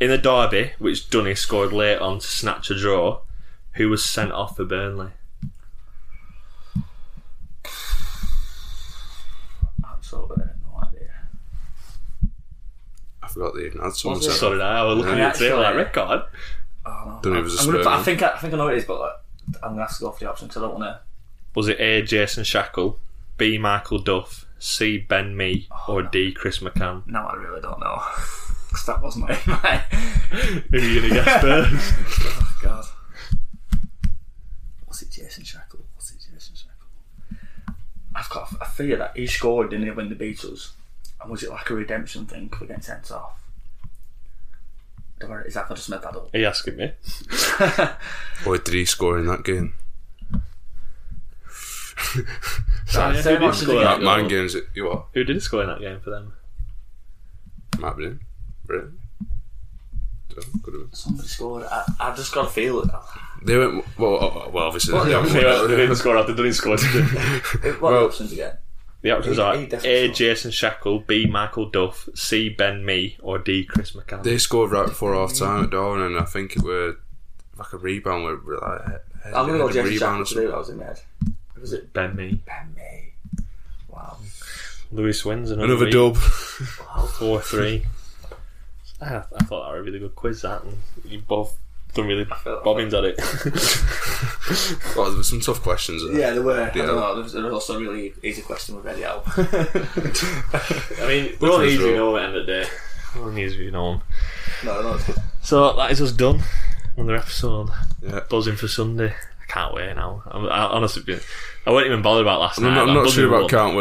[SPEAKER 1] in the derby, which Dunny scored late on to snatch a draw, who was sent off for Burnley?
[SPEAKER 2] Absolutely no idea.
[SPEAKER 3] I forgot they even had someone.
[SPEAKER 2] Was it-
[SPEAKER 3] set up.
[SPEAKER 1] Sorry, I was looking at it today, like record.
[SPEAKER 3] Don't know if it was a
[SPEAKER 2] I'm gonna,
[SPEAKER 3] Spurman.
[SPEAKER 2] I think I, I think I know what it is, but like, I'm gonna have to go for the option because I don't want to.
[SPEAKER 1] Was it A. Jason Shackle, B. Michael Duff, C. Ben Mee, or D. Chris McCann?
[SPEAKER 2] No, I really don't know. 'Cause that wasn't my. my
[SPEAKER 1] Who are you gonna guess first?
[SPEAKER 2] oh God. Was it Jason Shackle? Was it Jason Shackle? I've got. a fear that he scored, didn't he, when the Beatles? And was it like a redemption thing? We're getting sent off. Demar- Is that I just made that up?
[SPEAKER 1] Are you asking me?
[SPEAKER 3] Or did he score in that game?
[SPEAKER 2] Right,
[SPEAKER 1] yeah,
[SPEAKER 2] same
[SPEAKER 1] who did
[SPEAKER 2] option
[SPEAKER 1] score
[SPEAKER 2] again.
[SPEAKER 1] that?
[SPEAKER 3] That man games, it, you what?
[SPEAKER 4] Who did score in that game for them?
[SPEAKER 3] Might be him. Really? Don't- could have been.
[SPEAKER 2] Somebody scored. I, I just got a feel.
[SPEAKER 3] They went well. oh, Well, obviously.
[SPEAKER 2] Well,
[SPEAKER 3] they
[SPEAKER 2] yeah,
[SPEAKER 3] haven't
[SPEAKER 1] They
[SPEAKER 3] won that,
[SPEAKER 1] didn't
[SPEAKER 3] have
[SPEAKER 1] score after they didn't score. did they?
[SPEAKER 2] What are
[SPEAKER 3] Well-
[SPEAKER 2] the options again?
[SPEAKER 1] The options
[SPEAKER 2] He-
[SPEAKER 1] are
[SPEAKER 2] he definitely
[SPEAKER 1] A.
[SPEAKER 2] scored.
[SPEAKER 1] Jason Shackle, B. Michael Duff, C. Ben Mee, or D. Chris McCann.
[SPEAKER 3] they? They scored right before half time at Darwin, and I think it were like a rebound where where, like he- he-
[SPEAKER 2] I'm going to
[SPEAKER 3] he
[SPEAKER 2] go
[SPEAKER 3] had
[SPEAKER 2] Jason Jackson
[SPEAKER 3] a rebound
[SPEAKER 2] to do that was in my head. Who was it?
[SPEAKER 1] ben Mee,
[SPEAKER 2] Ben May. Wow.
[SPEAKER 1] Lewis wins another,
[SPEAKER 3] Another
[SPEAKER 1] week,
[SPEAKER 3] dub.
[SPEAKER 1] four three. I, I thought that was a really good quiz. That and you both done really
[SPEAKER 2] felt-
[SPEAKER 1] bobbins at it.
[SPEAKER 3] well, there were some tough questions. There.
[SPEAKER 2] Yeah, there were. I
[SPEAKER 3] Yeah.
[SPEAKER 2] don't know. There was, there was also a really easy question with Eddie Al.
[SPEAKER 4] I mean, we're all
[SPEAKER 3] Which was
[SPEAKER 4] needs we
[SPEAKER 3] wrong.
[SPEAKER 4] know at the end of the day.
[SPEAKER 1] News you know 'em.
[SPEAKER 2] no, no, it's good.
[SPEAKER 1] So that is us done. Another episode.
[SPEAKER 3] Yeah.
[SPEAKER 1] Buzzing for Sunday. I can't wait now. I'm, I honestly, been- I wasn't even bothered about last
[SPEAKER 3] I'm
[SPEAKER 1] night.
[SPEAKER 3] not, I'm
[SPEAKER 1] but
[SPEAKER 3] not
[SPEAKER 1] buzzing
[SPEAKER 3] sure about
[SPEAKER 1] won.
[SPEAKER 3] can't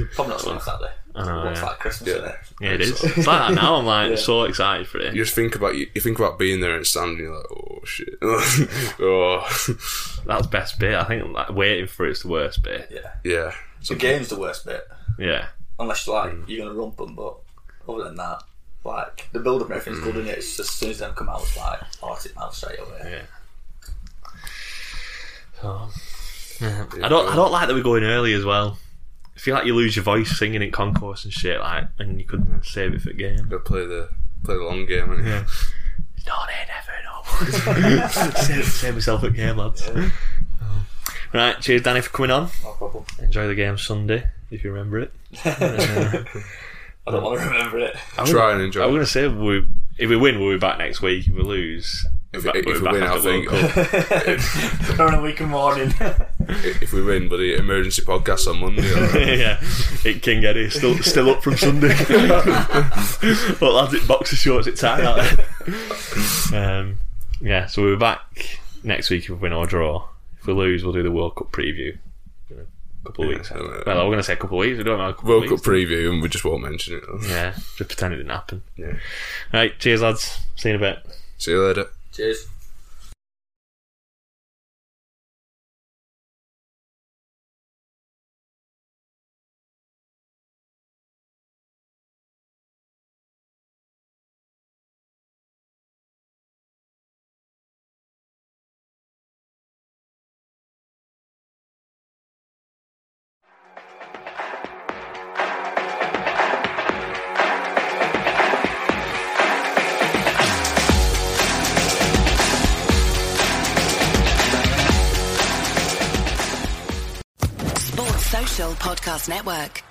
[SPEAKER 3] wait.
[SPEAKER 2] Probably not on Saturday.
[SPEAKER 1] I know,
[SPEAKER 2] Looks
[SPEAKER 1] Oh, yeah.
[SPEAKER 2] like Christmas,
[SPEAKER 3] Yeah.
[SPEAKER 2] isn't it?
[SPEAKER 1] Yeah, it is. It's like that now. I'm like so excited for it.
[SPEAKER 3] you just think about you, you think about being there and standing. You're like, oh shit. oh
[SPEAKER 1] That's best bit. I think like, waiting for it's the worst bit.
[SPEAKER 2] Yeah.
[SPEAKER 3] yeah.
[SPEAKER 2] The game's the worst bit.
[SPEAKER 1] Yeah.
[SPEAKER 2] Unless, like,
[SPEAKER 1] Mm.
[SPEAKER 2] you're going to rump them, but other than that, like, the build up and everything's good, and it? It's just as soon as them come out, it's like, oh, it's it now straight away.
[SPEAKER 1] Mm. Yeah. So, yeah. I don't. I don't like that we're going early as well. I feel like you lose your voice singing in concourse and shit, like, and you could save it for game.
[SPEAKER 3] Gotta play the play the long game. ain't you?
[SPEAKER 1] Yeah. Not it, never, no. save, save myself at game, lads. Um, Right, cheers, Danny, for coming on.
[SPEAKER 2] No problem.
[SPEAKER 1] Enjoy the game Sunday, if you remember it.
[SPEAKER 2] I don't want to remember it.
[SPEAKER 3] Try and enjoy.
[SPEAKER 1] I was going to say, we, if we win, we'll be back next week. If we lose,
[SPEAKER 3] If-
[SPEAKER 1] we're back,
[SPEAKER 3] if
[SPEAKER 1] we're
[SPEAKER 3] we
[SPEAKER 1] back
[SPEAKER 3] win,
[SPEAKER 1] at
[SPEAKER 3] I
[SPEAKER 1] the
[SPEAKER 3] think- oh,
[SPEAKER 1] World Cup.
[SPEAKER 2] on a weekend morning.
[SPEAKER 3] if we win, but the emergency podcast on Monday. alright.
[SPEAKER 1] yeah, it King Eddie still still up from Sunday. well, lads, it boxer shorts, it's time out there. Um, yeah, so we'll be back next week if we win or draw. If we lose, we'll do the World Cup preview. in A couple of weeks.
[SPEAKER 3] I know.
[SPEAKER 1] well, we're going to say a couple of weeks. We don't know. A couple
[SPEAKER 3] World
[SPEAKER 1] of
[SPEAKER 3] Cup
[SPEAKER 1] weeks.
[SPEAKER 3] preview, and we just won't mention it.
[SPEAKER 1] Yeah, just pretend it didn't happen.
[SPEAKER 3] Yeah.
[SPEAKER 1] Right, cheers, lads. See you in a bit.
[SPEAKER 3] See you later.
[SPEAKER 2] Cheers.
[SPEAKER 5] Sports Social Podcast Network.